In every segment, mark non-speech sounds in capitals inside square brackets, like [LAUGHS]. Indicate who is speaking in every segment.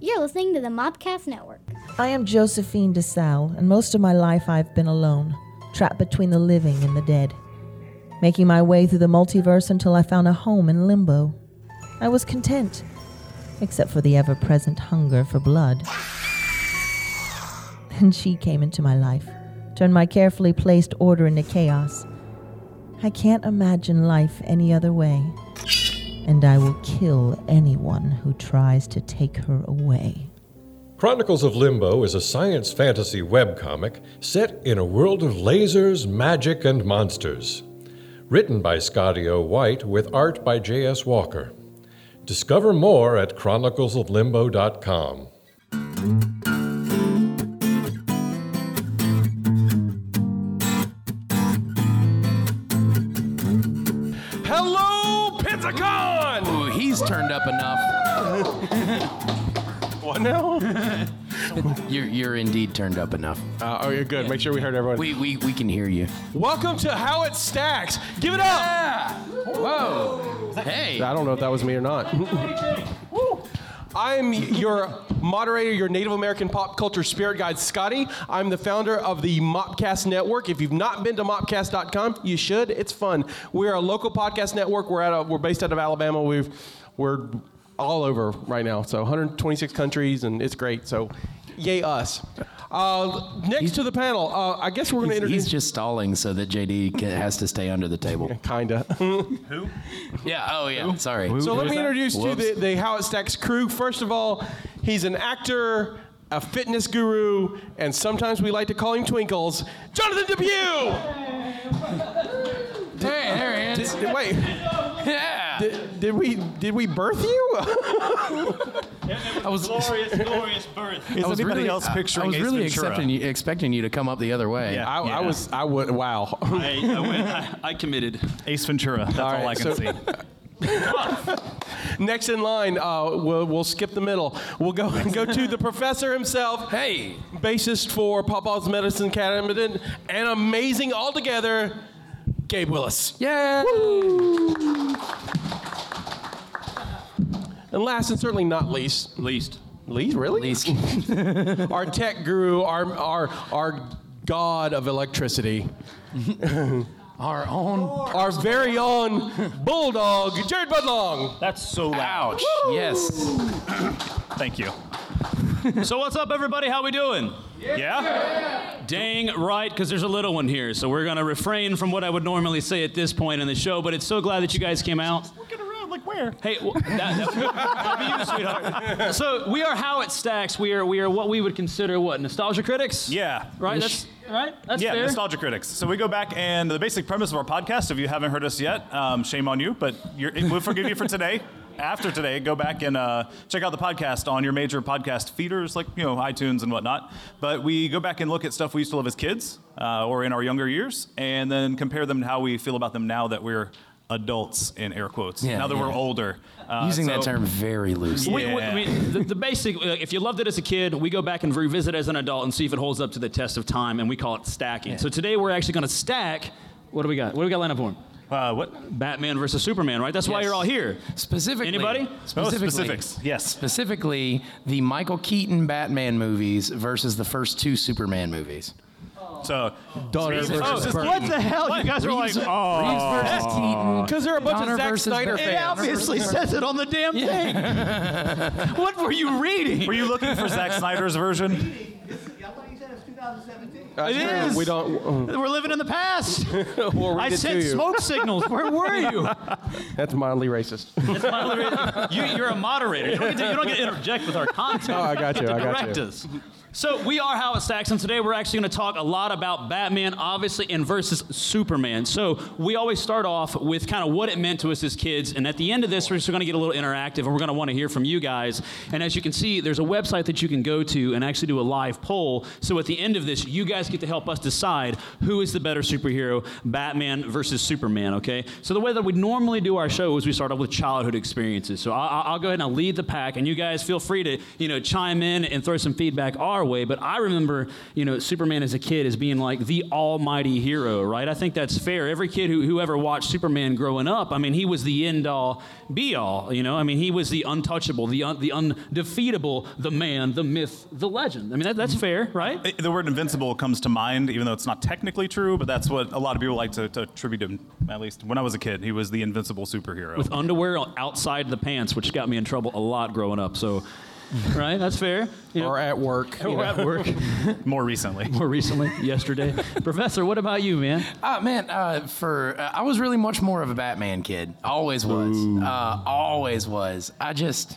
Speaker 1: You're listening to the Mobcast Network.
Speaker 2: I am Josephine DeSalle, and most of my life I've been alone, trapped between the living and the dead, making my way through the multiverse until I found a home in limbo. I was content, except for the ever present hunger for blood. [LAUGHS] Then she came into my life, turned my carefully placed order into chaos. I can't imagine life any other way, and I will kill anyone who tries to take her away.
Speaker 3: Chronicles of Limbo is a science fantasy webcomic set in a world of lasers, magic, and monsters. Written by Scotty O. White with art by J.S. Walker. Discover more at chroniclesoflimbo.com. Hello, Pentagon!
Speaker 4: Ooh, he's turned up enough.
Speaker 5: What now? [LAUGHS]
Speaker 4: You're, you're indeed turned up enough.
Speaker 5: Uh, oh, you're good. Make sure we heard everyone.
Speaker 4: We, we, we can hear you.
Speaker 5: Welcome to How It Stacks. Give it up.
Speaker 4: Ah! Whoa. Hey.
Speaker 5: I don't know if that was me or not. I'm your moderator, your Native American pop culture spirit guide, Scotty. I'm the founder of the Mopcast Network. If you've not been to mopcast.com, you should. It's fun. We're a local podcast network. We're out of, we're based out of Alabama. We've we're all over right now. So 126 countries, and it's great. So, yay us. Uh, next to the panel, uh, I guess we're going to
Speaker 4: He's,
Speaker 5: introduce.
Speaker 4: he's just stalling so that JD ca has to stay under the table.
Speaker 5: Kinda. [LAUGHS]
Speaker 4: Yeah. Oh, yeah. Sorry.
Speaker 5: So let me introduce you the,
Speaker 4: Whoops.
Speaker 5: the How It Stacks crew. First of all, he's an actor, a fitness guru, and sometimes we like to call him Twinkles, Jonathan Depew.
Speaker 4: Hey, there he is.
Speaker 5: Did- Wait,
Speaker 4: Yeah.
Speaker 5: did, did we did we birth you? [LAUGHS]
Speaker 4: I was,
Speaker 6: glorious, glorious birth.
Speaker 7: [LAUGHS]
Speaker 4: I was
Speaker 7: anybody
Speaker 4: really,
Speaker 7: else
Speaker 4: I-
Speaker 7: picturing
Speaker 4: I was
Speaker 7: Ace
Speaker 4: really
Speaker 7: Ventura?
Speaker 4: expecting you, expecting you to come up the other way.
Speaker 7: Yeah.
Speaker 5: I, I
Speaker 7: Yeah.
Speaker 5: was I would wow.
Speaker 6: I, I, went, I, I committed.
Speaker 7: Ace Ventura. That's all,
Speaker 5: right,
Speaker 7: I can
Speaker 5: so-
Speaker 7: see.
Speaker 5: Next in line, uh, we'll, we'll skip the middle. We'll go [LAUGHS] go to the professor himself.
Speaker 4: Hey.
Speaker 5: bassist for Papa's Medicine Cabinet and amazing altogether, Gabe Willis.
Speaker 4: Yeah.
Speaker 5: And last and certainly not least,
Speaker 6: Least.
Speaker 5: least really,
Speaker 4: Least. [LAUGHS]
Speaker 7: Uh,
Speaker 5: our tech guru, our our our god of electricity,
Speaker 4: Our own.
Speaker 5: our very own bulldog, Jared Budlong.
Speaker 7: That's so loud.
Speaker 4: Ouch. Yes.
Speaker 7: Thank you. [LAUGHS]
Speaker 6: So what's up, everybody? How we doing?
Speaker 7: Yeah?
Speaker 6: Dang right, because there's a little one here. So we're gonna refrain from what I would normally say at this point in the show. But it's so glad that you guys came out.
Speaker 7: Looking around, like where?
Speaker 6: Hey, well, that, [LAUGHS] that, will be you, sweetheart. So we are how it stacks. We are we are what we would consider what nostalgia critics.
Speaker 7: Yeah.
Speaker 6: Right. That's right. That's
Speaker 7: Yeah,
Speaker 6: fair.
Speaker 7: Nostalgia Critics. So we go back, and the basic premise of our podcast, if you haven't heard us yet, um, shame on you, but you're, we'll forgive you for today. [LAUGHS] After today, go back and uh, check out the podcast on your major podcast feeders, like, you know, iTunes and whatnot. But we go back and look at stuff we used to love as kids uh, or in our younger years, and then compare them to how we feel about them now that we're adults, in air quotes,
Speaker 4: Yeah,
Speaker 7: now that we're
Speaker 4: yeah.
Speaker 7: older. Uh,
Speaker 4: Using that
Speaker 7: so-
Speaker 4: term very loosely.
Speaker 6: We, we,
Speaker 7: Yeah.
Speaker 6: I mean, the, the basic, uh, if you loved it as a kid, we go back and revisit as an adult and see if it holds up to the test of time, and we call it stacking. So today we're actually going to stack. What do we got? What do we got lined up for? 'em?
Speaker 7: Uh, what?
Speaker 6: Batman versus Superman, right? That's why
Speaker 4: Yes.
Speaker 6: you're all here.
Speaker 4: Specifically.
Speaker 6: Anybody?
Speaker 7: Oh,
Speaker 4: Specifically.
Speaker 7: specifics. Yes.
Speaker 4: Specifically, the Michael Keaton Batman movies versus the first two Superman movies.
Speaker 7: So,
Speaker 5: Daughter
Speaker 7: Reeves-
Speaker 5: versus
Speaker 7: oh,
Speaker 5: Burton.
Speaker 7: what the
Speaker 6: hell?
Speaker 7: You guys are like, oh.
Speaker 4: Reeves versus Keaton.
Speaker 5: Because there are a bunch
Speaker 4: Donner
Speaker 5: of Zack
Speaker 4: versus
Speaker 5: Snyder
Speaker 4: Ba-
Speaker 5: fans.
Speaker 6: obviously says it on the damn
Speaker 5: [LAUGHS]
Speaker 6: thing. what were you reading?
Speaker 7: Were you looking for Zack Snyder's version?
Speaker 5: That's
Speaker 6: It
Speaker 5: true.
Speaker 6: is.
Speaker 5: We don't.
Speaker 6: We're living in the past.
Speaker 8: [LAUGHS]
Speaker 5: We'll read
Speaker 6: I
Speaker 5: it to
Speaker 6: sent
Speaker 5: you.
Speaker 6: smoke signals. Where were you?
Speaker 5: That's mildly racist.
Speaker 6: you you're a moderator. You don't, get to, you don't get to interject with our content.
Speaker 5: Oh, I got you, I got you.
Speaker 6: direct us. So we are How It Stacks, and today we're actually going to talk a lot about Batman, obviously, and versus Superman. So we always start off with kind of what it meant to us as kids, and at the end of this, we're just going to get a little interactive, and we're going to want to hear from you guys. And as you can see, there's a website that you can go to and actually do a live poll. So at the end end of this, you guys get to help us decide who is the better superhero, Batman versus Superman, okay? So the way that we normally do our show is we start off with childhood experiences. So I- I- I'll go ahead and I'll lead the pack, and you guys feel free to, you know, chime in and throw some feedback our way. But I remember, you know, Superman as a kid as being like the almighty hero, right? I think that's fair. Every kid who, who ever watched Superman growing up, I mean, he was the end all, be all, you know? I mean, he was the untouchable, the, un- the undefeatable, the man, the myth, the legend. I mean, that, that's fair, right?
Speaker 7: I- The word invincible comes to mind, even though it's not technically true, but that's what a lot of people like to, to attribute him, at least when I was a kid. He was the invincible superhero.
Speaker 6: with underwear outside the pants, which got me in trouble a lot growing up. So, right, that's fair. You know,
Speaker 4: Or at [LAUGHS] work.
Speaker 6: we were at work [LAUGHS]
Speaker 7: More
Speaker 8: [LAUGHS]
Speaker 7: recently.
Speaker 6: more recently yesterday. Professor, what about you, man?
Speaker 4: Uh, man, uh, for uh, I was really much more of a Batman kid. Always was. Uh, always was. I just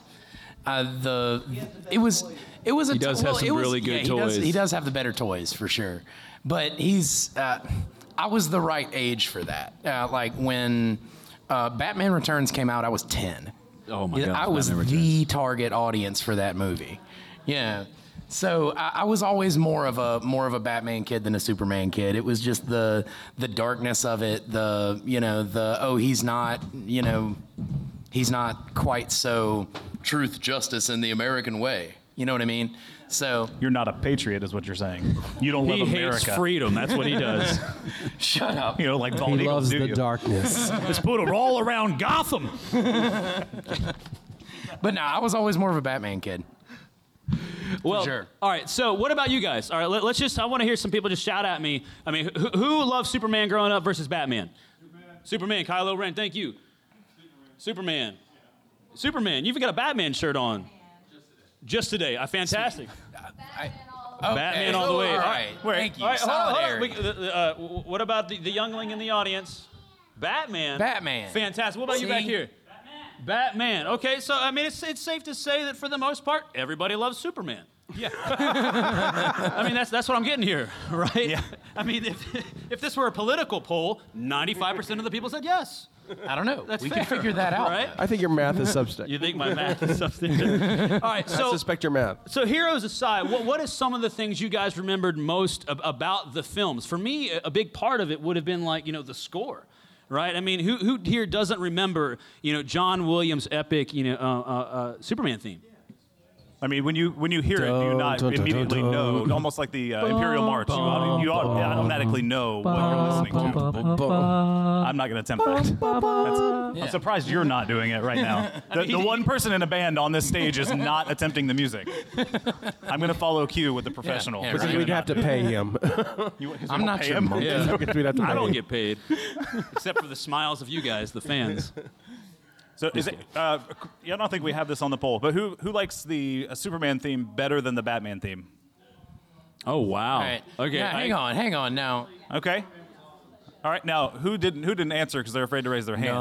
Speaker 4: uh, the it was it was a he
Speaker 6: does have some really good
Speaker 4: he Does,
Speaker 6: toys.
Speaker 4: he does have the better toys for sure, but he's uh, I was the right age for that. Uh, like when uh, Batman Returns came out, I was ten.
Speaker 6: Oh my
Speaker 4: Yeah,
Speaker 6: gosh,
Speaker 4: I was
Speaker 6: Batman
Speaker 4: the target audience for that movie. Yeah. So I, I was always more of a more of a Batman kid than a Superman kid. It was just the the darkness of it, the you know, the oh he's not, you know, he's not quite so truth, justice in the American way. You know what I mean? So [LAUGHS]
Speaker 7: You're not a patriot, is what you're saying. You don't
Speaker 6: He
Speaker 7: love
Speaker 6: hates
Speaker 7: America.
Speaker 6: freedom. That's
Speaker 7: [LAUGHS]
Speaker 6: what he does.
Speaker 4: shut up.
Speaker 7: you know, like bald
Speaker 8: He
Speaker 7: eagles
Speaker 8: loves
Speaker 7: do
Speaker 8: the
Speaker 7: you.
Speaker 8: darkness.
Speaker 6: Let's put a roll around Gotham.
Speaker 4: But no, I was always more of a Batman kid.
Speaker 6: Well,
Speaker 4: sure.
Speaker 6: all right. So, what about you guys? All right, let, us just. I want to hear some people just shout at me. I mean, who, who loves Superman growing up versus Batman? Superman. Superman. Kylo Ren. Thank you. Superman. Superman. You've got a Batman shirt on. Just today. Uh, fantastic. Batman all the way.
Speaker 4: All right.
Speaker 7: Wait.
Speaker 4: Thank you.
Speaker 6: All right, hold on, hold on.
Speaker 4: Solidarity.
Speaker 6: We- the- the, uh, w- what about the, the youngling in the audience? Batman.
Speaker 4: Batman.
Speaker 6: Fantastic. What about you back
Speaker 4: See?
Speaker 6: here? Batman. Batman. Okay, so I mean, it's, it's safe to say that for the most part, everybody loves Superman. Yeah. [LAUGHS] I mean, that's, that's what I'm getting here, [LAUGHS] right? Yeah. I mean, if, if this were a political poll, 95% of the people said yes.
Speaker 4: I don't know.
Speaker 6: That's
Speaker 4: we
Speaker 6: fair,
Speaker 4: can figure
Speaker 6: [LAUGHS]
Speaker 4: that out.
Speaker 6: Right?
Speaker 8: I think your math is subject.
Speaker 6: You think my math is something? [LAUGHS] All right, so.
Speaker 8: I suspect your math.
Speaker 6: So, heroes aside, what, what is some of the things you guys remembered most ab- about the films? For me, a, a big part of it would have been like, you know, the score, right? I mean, who, who here doesn't remember, you know, John Williams' epic, you know, uh, uh, uh, Superman theme?
Speaker 7: I mean, when you when you hear it, do you not
Speaker 8: Dun, dun, dun,
Speaker 7: immediately
Speaker 8: dun.
Speaker 7: know? Almost like the uh, Imperial March, you, auto- you auto- automatically know what you're listening to. I'm not going to attempt that. That's- I'm surprised you're not doing it
Speaker 4: [LAUGHS]
Speaker 7: right now. The, the one person in a band on this stage is not attempting the music. I'm going to follow Q with the professional.
Speaker 4: yeah,
Speaker 7: We're
Speaker 4: right.
Speaker 7: gonna
Speaker 8: We'd have to pay him.
Speaker 4: I'm not
Speaker 7: pay
Speaker 4: your
Speaker 7: him.
Speaker 4: mom.
Speaker 8: Because [LAUGHS] we'd have to
Speaker 6: I
Speaker 8: pay
Speaker 6: don't
Speaker 8: him.
Speaker 6: get paid, except for the smiles of you guys,
Speaker 4: [LAUGHS]
Speaker 6: the fans.
Speaker 7: So is it? Uh, yeah, I don't think we have this on the poll. But who who likes the uh, Superman theme better than the Batman theme?
Speaker 6: Oh, wow.
Speaker 4: All right.
Speaker 6: Okay.
Speaker 4: Now,
Speaker 6: I-
Speaker 4: hang on, hang on. Now,
Speaker 7: Okay. All right. Now who didn't who didn't answer because they're afraid to raise their hand?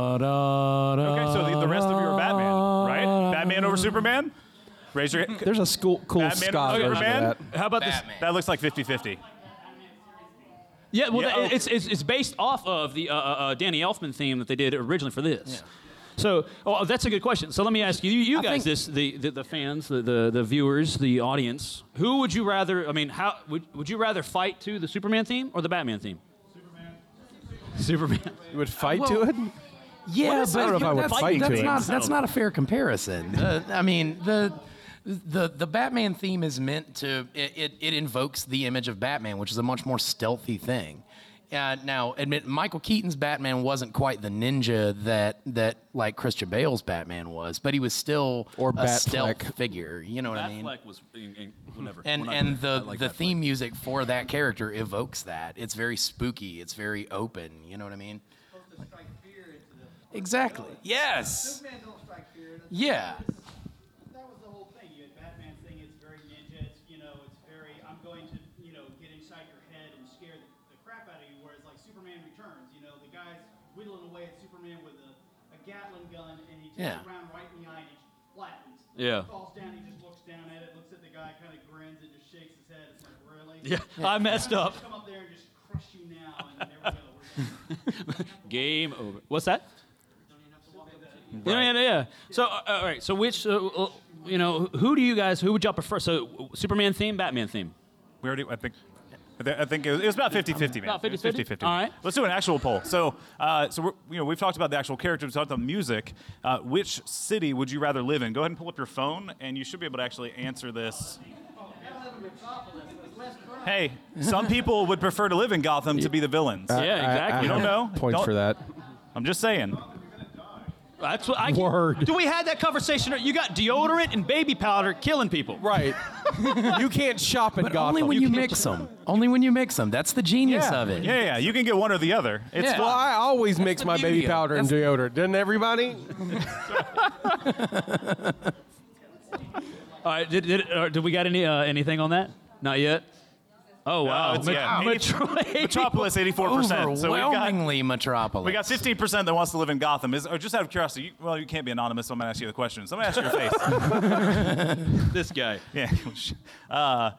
Speaker 7: okay. So the, the rest of you are Batman, right? Batman over Superman. Raise your hand.
Speaker 8: There's a school, cool
Speaker 7: Batman
Speaker 8: Scott
Speaker 7: versus
Speaker 8: version of
Speaker 7: Superman?
Speaker 8: that.
Speaker 6: How about this?
Speaker 4: Batman.
Speaker 7: That looks like 50-50.
Speaker 6: Yeah, well,
Speaker 7: Yeah,
Speaker 6: that-
Speaker 7: oh.
Speaker 6: it's, it's, it's based off of the uh, uh, uh, Danny Elfman theme that they did originally for this. So, oh, that's a good question. So let me ask you, you
Speaker 4: think-
Speaker 6: guys, this the, the, the fans, the, the, the viewers, the audience, who would you rather? I mean, how would, would you rather fight to the Superman theme or the Batman theme? Superman. Superman.
Speaker 8: You would fight to it?
Speaker 4: Yeah,
Speaker 8: I don't know if I would
Speaker 4: that's,
Speaker 8: fight
Speaker 4: that's
Speaker 8: to it.
Speaker 4: not that's not a fair comparison. The- I mean the. The, the Batman theme is meant to it, it, it invokes the image of Batman, which is a much more stealthy thing. Uh, now, admit Michael Keaton's Batman wasn't quite the ninja that that like Christian Bale's Batman was, but he was still
Speaker 8: Or
Speaker 4: a stealth
Speaker 8: Batfleck.
Speaker 4: figure. You know what I mean?
Speaker 6: was whatever.
Speaker 4: and and the the theme music for that character evokes that. It's very spooky. It's very open. You know what I mean? Exactly. Yes. Yeah.
Speaker 9: That was the whole thing. You had Batman saying it's very ninja. It's you know, it's very I'm going to you know get inside your head and scare the, the crap out of you. Whereas like Superman Returns, you know, the guy's whittling away at Superman with a, a Gatling gun, and he takes
Speaker 4: Yeah.
Speaker 9: it around right in the eye and he just flattens.
Speaker 6: Yeah.
Speaker 9: Falls down. He just looks down at it, looks at the guy, kind of grins, and just shakes his head. It's like really.
Speaker 6: [LAUGHS] Yeah, I messed up.
Speaker 9: Come up there and just crush you now, and there we go. We're done.
Speaker 6: Game over. What's that?
Speaker 9: [LAUGHS]
Speaker 6: Yeah, yeah, yeah. So, uh, all right. So, which, uh, uh, you know, who do you guys? Who would y'all prefer? So, Superman theme, Batman theme.
Speaker 7: We already, I think. I thi- I think it was, it was about 50-50, man.
Speaker 6: About
Speaker 7: It was
Speaker 6: 50-50? All right.
Speaker 7: Let's do an actual poll. So, uh, so we're, you know, we've talked about the actual characters, we've talked about music. Uh, which city would you rather live in? Go ahead and pull up your phone, and you should be able to actually answer this. Hey,
Speaker 6: [LAUGHS]
Speaker 7: some people would prefer to live in Gotham to be the villains.
Speaker 6: Yeah, exactly.
Speaker 7: You don't know?
Speaker 8: Points
Speaker 7: Don't-
Speaker 8: for that.
Speaker 7: I'm just saying.
Speaker 6: That's what I
Speaker 8: Word.
Speaker 6: Do we had that conversation? You got deodorant and baby powder killing people.
Speaker 8: Right. [LAUGHS] you can't shop in
Speaker 4: But
Speaker 8: Gotham.
Speaker 4: only when you,
Speaker 8: can't-
Speaker 4: mix them. Only when you mix them. That's the genius
Speaker 8: Yeah.
Speaker 4: of it.
Speaker 7: Yeah, yeah, yeah, you can get one or the other. It's
Speaker 4: Yeah.
Speaker 7: fun.
Speaker 8: Well, I always mix
Speaker 4: the
Speaker 8: my
Speaker 4: beauty
Speaker 8: baby
Speaker 4: of it.
Speaker 8: powder and deodorant. Doesn't everybody?
Speaker 6: All right, did, did, uh, did we got any uh, anything on that? Not yet. Oh wow,
Speaker 7: it's- yeah.
Speaker 6: Metroid.
Speaker 7: Metropolis, 84%. So we've got
Speaker 4: Overwhelmingly Metropolis.
Speaker 7: We got 15% that wants to live in Gotham. Is, or just out of curiosity, you, well, you can't be anonymous, so I'm going to ask you the question. So I'm going to ask you your face.
Speaker 6: this guy.
Speaker 7: yeah. Uh,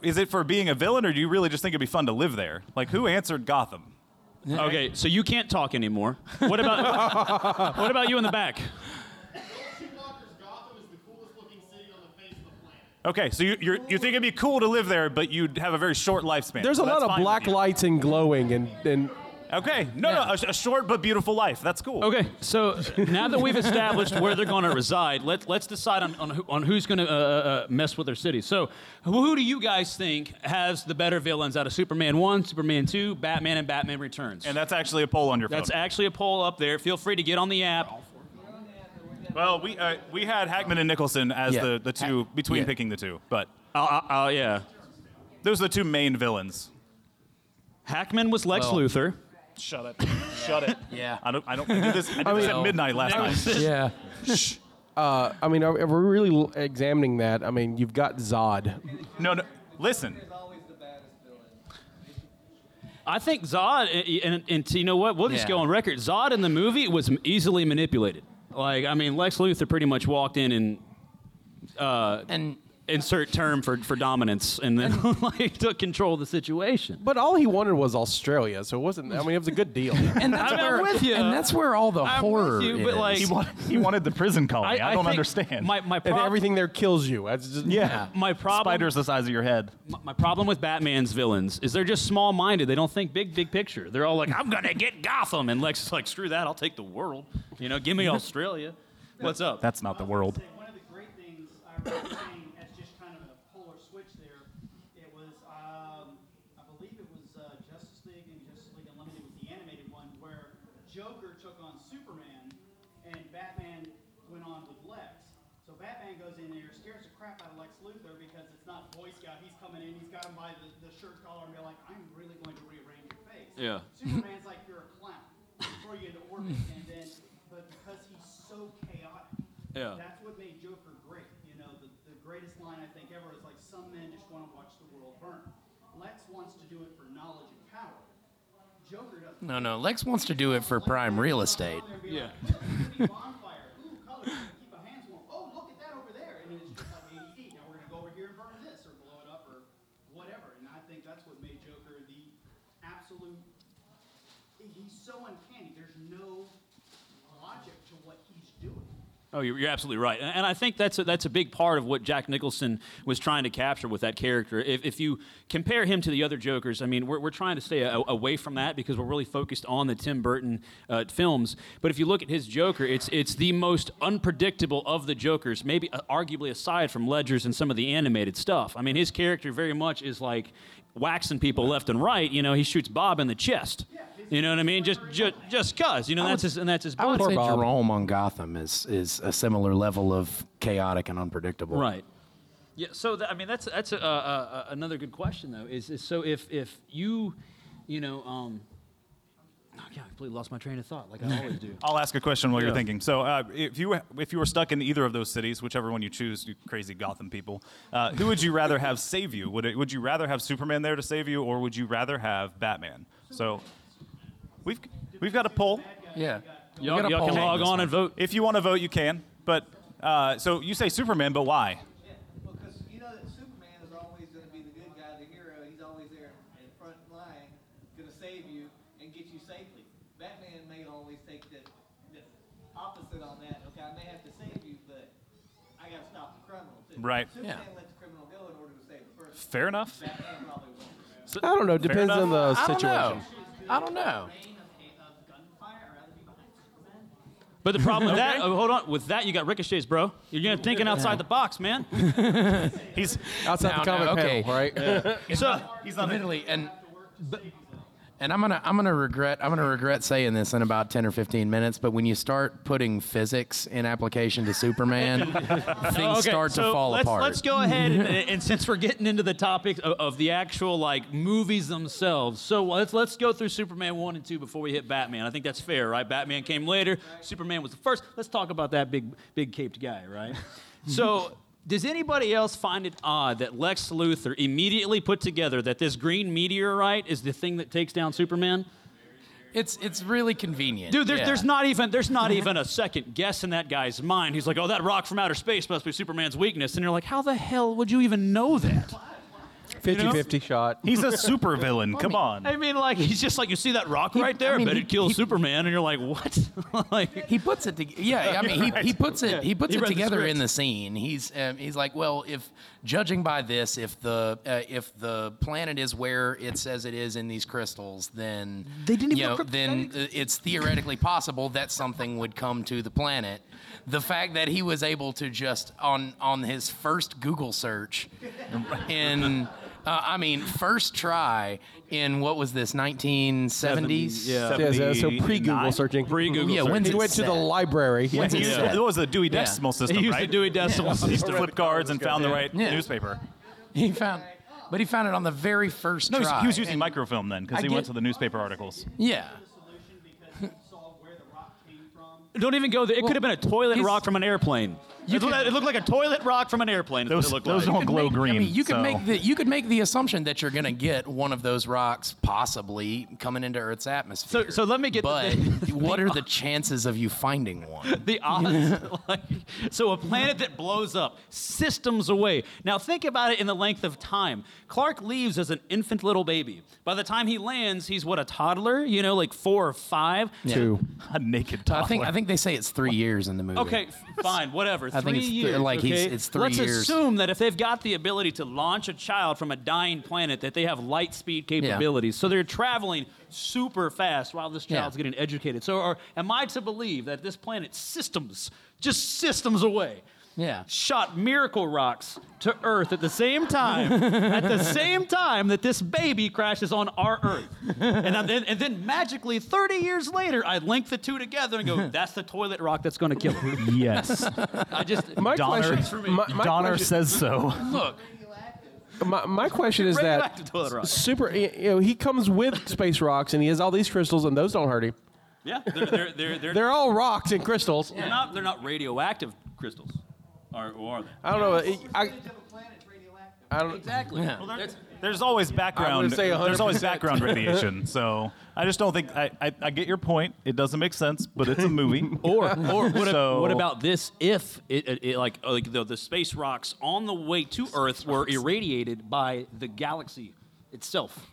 Speaker 7: is it for being a villain, or do you really just think it'd be fun to live there? Like, who answered Gotham?
Speaker 6: Okay, so you can't talk anymore. What about what about you in the back?
Speaker 9: Gotham is the coolest looking city on the face of the planet.
Speaker 7: Okay, so you, you're, you think it'd be cool to live there, but you'd have a very short lifespan.
Speaker 8: There's a
Speaker 7: So that's
Speaker 8: lot of
Speaker 7: fine with
Speaker 8: black
Speaker 7: you.
Speaker 8: lights and glowing and, and
Speaker 7: Okay, no, no, a, a short but beautiful life. That's cool.
Speaker 6: Okay, so now that we've established where they're going to reside, let, let's decide on, on, who, on who's going to uh, uh, mess with their city. So, who, who do you guys think has the better villains out of Superman 1, Superman 2, Batman, and Batman Returns?
Speaker 7: And that's actually a poll on your phone.
Speaker 6: That's actually a poll up there. Feel free to get on the app.
Speaker 7: well, we uh, we had Hackman and Nicholson as
Speaker 4: Yeah.
Speaker 7: the, the two
Speaker 4: Ha-
Speaker 7: between
Speaker 4: yeah.
Speaker 7: picking the two, but
Speaker 6: Oh, uh, uh, yeah.
Speaker 7: those are the two main villains.
Speaker 6: Hackman was Lex
Speaker 4: Well-
Speaker 6: Luthor.
Speaker 7: Shut it. Shut it.
Speaker 4: [LAUGHS] Yeah.
Speaker 7: I don't. I don't. I did this, I did this at
Speaker 4: mean-
Speaker 7: midnight last night.
Speaker 4: Yeah.
Speaker 8: uh, I mean, are, are we really l- examining that? I mean, you've got Zod.
Speaker 7: No, no. Listen.
Speaker 6: I think Zod, and, and, and you know what? We'll just
Speaker 4: Yeah.
Speaker 6: go on record. Zod in the movie was easily manipulated. Like, I mean, Lex Luthor pretty much walked in and uh,
Speaker 4: And
Speaker 6: insert term for, for dominance and then [LAUGHS] like took control of the situation.
Speaker 8: But all he wanted was Australia, so it wasn't. I mean, it was a good
Speaker 7: [LAUGHS]
Speaker 8: deal.
Speaker 4: and that's
Speaker 6: I'm
Speaker 4: where
Speaker 6: with you.
Speaker 4: and that's where all the
Speaker 6: I'm with
Speaker 4: horror
Speaker 6: you, but,
Speaker 4: is.
Speaker 6: like-
Speaker 7: He wanted, he wanted the prison colony. I, don't
Speaker 6: think
Speaker 7: understand.
Speaker 6: My, my,
Speaker 8: and
Speaker 6: prob-
Speaker 8: everything there kills you. That's just,
Speaker 7: yeah.
Speaker 6: my problem
Speaker 7: Spider's the size of your head.
Speaker 6: my problem with Batman's villains is they're just small minded. They don't think big big picture. They're all like, I'm gonna get Gotham and Lex is like, screw that, I'll take the world. You know, give me Australia. What's up?
Speaker 7: That's not the world.
Speaker 9: Say, one of the great things I remember seeing as just kind of a polar switch there, it was, um, I believe it was uh, Justice League and Justice League Unlimited was the animated one where Joker took on Superman and Batman went on with Lex. So Batman goes in there, scares the crap out of Lex Luthor because it's not Boy Scout. He's coming in, he's got him by the, the shirt collar and be like, I'm really going to rearrange your face.
Speaker 6: Yeah.
Speaker 9: Superman's like you're a clown, throw you into orbit, and then, but because he's so chaotic,
Speaker 6: Yeah.
Speaker 9: that's what made Joker great. You know, the, the greatest line I think ever is like, some men just want to watch the world burn. Lex wants to do it for knowledge and power. Joker doesn't.
Speaker 4: no, no. Lex wants to do it for prime real estate.
Speaker 9: Yeah. Like, bonfire. Ooh, colors. Keep our hands warm. Oh, look at that over there. And it's just like ADD. Now we're gonna go over here and burn this or blow it up or whatever. And I think that's what made Joker the absolute. He's so uncanny. There's no logic to what he's doing.
Speaker 6: Oh, you're, you're absolutely right, and, and I think that's a, that's a big part of what Jack Nicholson was trying to capture with that character. If, if you compare him to the other Jokers, I mean, we're, we're trying to stay a, away from that because we're really focused on the Tim Burton uh, films. But if you look at his Joker, it's it's the most unpredictable of the Jokers, maybe uh, arguably aside from Ledger's and some of the animated stuff. I mean, his character very much is like waxing people left and right. You know, he shoots Bob in the chest. You know what I mean? Just just just cause. You know, that's his and that's his.
Speaker 4: I would
Speaker 6: body.
Speaker 4: say Jerome on Gotham is is a similar level of chaotic and unpredictable.
Speaker 6: Right. Yeah. So tha- I mean, that's that's a, uh, uh, another good question though. Is, is so if if you, you know, um, oh, yeah, I completely lost my train of thought, like I always do.
Speaker 7: I'll ask a question while you're thinking. So, uh, if you if you were stuck in either of those cities, whichever one you choose, you crazy Gotham people, uh, who would you rather have save you? Would it, would you rather have Superman there to save you, or would you rather have Batman? So, we've we've got a poll.
Speaker 4: Yeah. We
Speaker 6: Y'all,
Speaker 4: got a
Speaker 6: y'all can
Speaker 4: poll.
Speaker 6: log on and vote.
Speaker 7: If you want to vote, you can. But uh, so you say Superman, but why?
Speaker 10: Because you know that Superman is always going to be the good guy, the hero. He's always there in front line, going to save you and get you safely. Batman may always take the, the opposite on that. Okay, I may have to save you, but I got to stop the criminal too.
Speaker 7: Right.
Speaker 10: Superman
Speaker 4: Yeah.
Speaker 10: let the criminal go in order to save the person.
Speaker 7: Fair enough.
Speaker 5: I don't know. Depends on the
Speaker 7: I don't
Speaker 5: situation.
Speaker 7: know.
Speaker 4: I don't know.
Speaker 6: But the [LAUGHS] problem with that, oh, hold on, with that you got ricochets, bro. You're gonna [LAUGHS] thinking outside the box, man.
Speaker 4: [LAUGHS]
Speaker 7: He's
Speaker 5: Outside the
Speaker 4: No, no,
Speaker 5: comic
Speaker 4: okay.
Speaker 5: panel, right?
Speaker 6: So
Speaker 7: he's not
Speaker 4: Admittedly, and but- and I'm gonna I'm gonna regret I'm gonna regret saying this in about ten or fifteen minutes. But when you start putting physics in application to
Speaker 6: [LAUGHS]
Speaker 4: Superman, things
Speaker 6: okay,
Speaker 4: start
Speaker 6: so
Speaker 4: to fall
Speaker 6: let's,
Speaker 4: apart.
Speaker 6: Let's go
Speaker 4: [LAUGHS]
Speaker 6: ahead and, and since we're getting into the topic of, of the actual like movies themselves, so let's let's go through Superman one and two before we hit Batman. I think that's fair, right? Batman came later. Superman was the first. Let's talk about that big big caped guy,
Speaker 4: [LAUGHS]
Speaker 6: right? so. Does anybody else find it odd that Lex Luthor immediately put together that this green meteorite is the thing that takes down Superman?
Speaker 4: It's it's really convenient,
Speaker 6: Dude, there's,
Speaker 4: yeah.
Speaker 6: there's not even there's not
Speaker 4: [LAUGHS]
Speaker 6: even a second guess in that guy's mind. He's like, oh, that rock from outer space must be Superman's weakness, and you're like, how the hell would you even know that?
Speaker 5: 50 50 shot.
Speaker 7: He's a super villain. Come on.
Speaker 6: I mean, like he's just like, you see that rock right there?
Speaker 4: I mean,
Speaker 6: bet
Speaker 4: he-
Speaker 6: it kills
Speaker 4: he-
Speaker 6: Superman, and you're like, what? [LAUGHS] like,
Speaker 4: He puts it together. Yeah, I mean,
Speaker 6: [LAUGHS]
Speaker 4: he, he puts it he puts
Speaker 6: He
Speaker 4: it
Speaker 6: read the
Speaker 4: together
Speaker 6: script.
Speaker 4: in the scene. He's um, he's like, well, if judging by this, if the uh, if the planet is where it says it is in these crystals, then
Speaker 6: They didn't even
Speaker 4: you know,
Speaker 6: encrypt-
Speaker 4: then uh, it's theoretically possible that something would come to the planet. The fact that he was able to just on on his first Google search, in uh, I mean, first try in what was this 1970s?
Speaker 6: Yeah.
Speaker 5: Yeah, so- so pre Google
Speaker 7: 79.
Speaker 5: searching. Mm-hmm.
Speaker 6: Free Google.
Speaker 4: Yeah,
Speaker 6: search.
Speaker 4: when's
Speaker 5: He
Speaker 4: it
Speaker 5: went to
Speaker 4: set?
Speaker 5: the library.
Speaker 4: When's it
Speaker 7: He used-
Speaker 4: set?
Speaker 7: What was the Dewey Decimal
Speaker 6: he
Speaker 7: System,
Speaker 6: used
Speaker 7: right?
Speaker 6: the Dewey Decimal
Speaker 7: He used
Speaker 6: System.
Speaker 7: to flip cards and found the right
Speaker 4: Yeah.
Speaker 7: newspaper.
Speaker 4: He found, but he found it on the very first
Speaker 7: No, he was-
Speaker 4: try.
Speaker 7: he was using
Speaker 4: and-
Speaker 7: microfilm then because
Speaker 4: I
Speaker 7: he went
Speaker 4: get-
Speaker 7: to the newspaper articles.
Speaker 4: Yeah.
Speaker 9: Solution because you solved where the rock came from.
Speaker 6: Don't even go there. It could have been a toilet
Speaker 4: he's-
Speaker 6: rock from an airplane. It looked,
Speaker 4: could-
Speaker 6: it looked like a toilet rock from an airplane. is what
Speaker 7: Those,
Speaker 6: it looked
Speaker 7: those
Speaker 6: like.
Speaker 7: don't glow green.
Speaker 4: I mean, you could
Speaker 7: so-
Speaker 4: make the you could make the assumption that you're going to get one of those rocks possibly coming into Earth's atmosphere.
Speaker 6: So- so let me get [LAUGHS] the-
Speaker 4: But what are the chances of you finding one?
Speaker 6: [LAUGHS] the odds. like, so a planet that blows up systems away. Now think about it in the length of time. Clark leaves as an infant little baby. By the time he lands, he's what a toddler. You know, like four or five.
Speaker 4: Two.
Speaker 7: [LAUGHS] a naked
Speaker 4: I
Speaker 7: toddler.
Speaker 4: think I think they say it's three years in the movie.
Speaker 6: Okay, f- fine, whatever.
Speaker 4: I think
Speaker 6: three
Speaker 4: it's th-
Speaker 6: years.
Speaker 4: like,
Speaker 6: okay?
Speaker 4: he's- it's three
Speaker 6: Let's
Speaker 4: years.
Speaker 6: assume that if they've got the ability to launch a child from a dying planet, that they have light speed capabilities. So they're traveling super fast while this
Speaker 4: Yeah.
Speaker 6: child's getting educated. So, are, am I to believe that this planet systems, just systems away?
Speaker 4: Yeah.
Speaker 6: shot miracle rocks to Earth at the same time,
Speaker 4: [LAUGHS]
Speaker 6: at the same time that this baby crashes on our Earth. And, I'm- and, and then magically, 30 years later, I link the two together
Speaker 7: [LAUGHS]
Speaker 6: and go, that's the toilet rock that's going to kill him.
Speaker 7: yes.
Speaker 6: I just,
Speaker 5: My
Speaker 7: Donner,
Speaker 5: question, my, my
Speaker 7: Donner
Speaker 5: question-
Speaker 7: says so.
Speaker 4: Look,
Speaker 5: my, my question is
Speaker 6: Bring it
Speaker 5: that
Speaker 6: back to toilet rock.
Speaker 5: super. You know, he comes with space rocks and he has all these crystals and those don't hurt him.
Speaker 6: yeah, they're, they're, they're, they're,
Speaker 5: They're all rocks and crystals.
Speaker 6: they're not, they're not radioactive crystals. Or, or are they?
Speaker 5: I don't know. it- I,
Speaker 10: If a planet's radioactive,
Speaker 5: I don't.
Speaker 6: Exactly.
Speaker 7: There's always background.
Speaker 5: say
Speaker 7: There's always
Speaker 5: 100%.
Speaker 7: background
Speaker 6: [LAUGHS]
Speaker 7: radiation. So I just don't think I, I, I get your point. It doesn't make sense, but it's a movie.
Speaker 6: [LAUGHS] Or, or what,
Speaker 7: So-
Speaker 6: what about this? If it, it, it like uh, like the, the space rocks on the way to Earth were irradiated by the galaxy itself.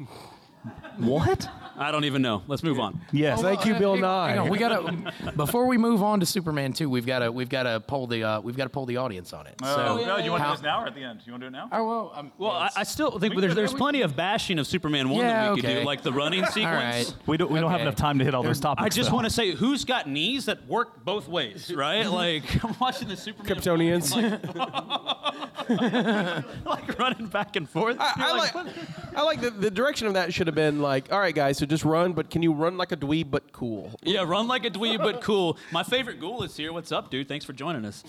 Speaker 7: what?
Speaker 6: I don't even know. Let's move on.
Speaker 7: Yes.
Speaker 5: Thank you, Bill
Speaker 4: hang on,
Speaker 5: Nye.
Speaker 4: we gotta before we move on to Superman two, we've gotta we've gotta pull the uh, we've gotta pull the audience on it. so,
Speaker 7: Oh, no, you want to
Speaker 4: How-
Speaker 7: do this now or at the end? You want to do it now?
Speaker 4: Oh, well, I'm-
Speaker 6: Well, I, I still think
Speaker 7: We
Speaker 6: there's,
Speaker 7: could-
Speaker 6: there's
Speaker 7: we-
Speaker 6: plenty of bashing of Superman one
Speaker 4: Yeah,
Speaker 6: that we could
Speaker 4: okay.
Speaker 6: do, like the running sequence.
Speaker 4: all right.
Speaker 7: We don't. We don't have
Speaker 4: Okay.
Speaker 7: enough time to hit all those topics.
Speaker 6: I just
Speaker 7: though.
Speaker 6: want to say, who's got knees that work both ways, right?
Speaker 4: Mm-hmm.
Speaker 6: Like [LAUGHS] I'm watching the Superman
Speaker 5: Kryptonians.
Speaker 6: like [LAUGHS] running back and forth.
Speaker 5: I, I
Speaker 6: You're
Speaker 5: like, I like the, the direction of that should have been like, all right, guys, so just run, but can you run like a dweeb but cool?
Speaker 6: Yeah, run like a dweeb, but cool. My favorite ghoul is here. What's up, dude? Thanks for joining us.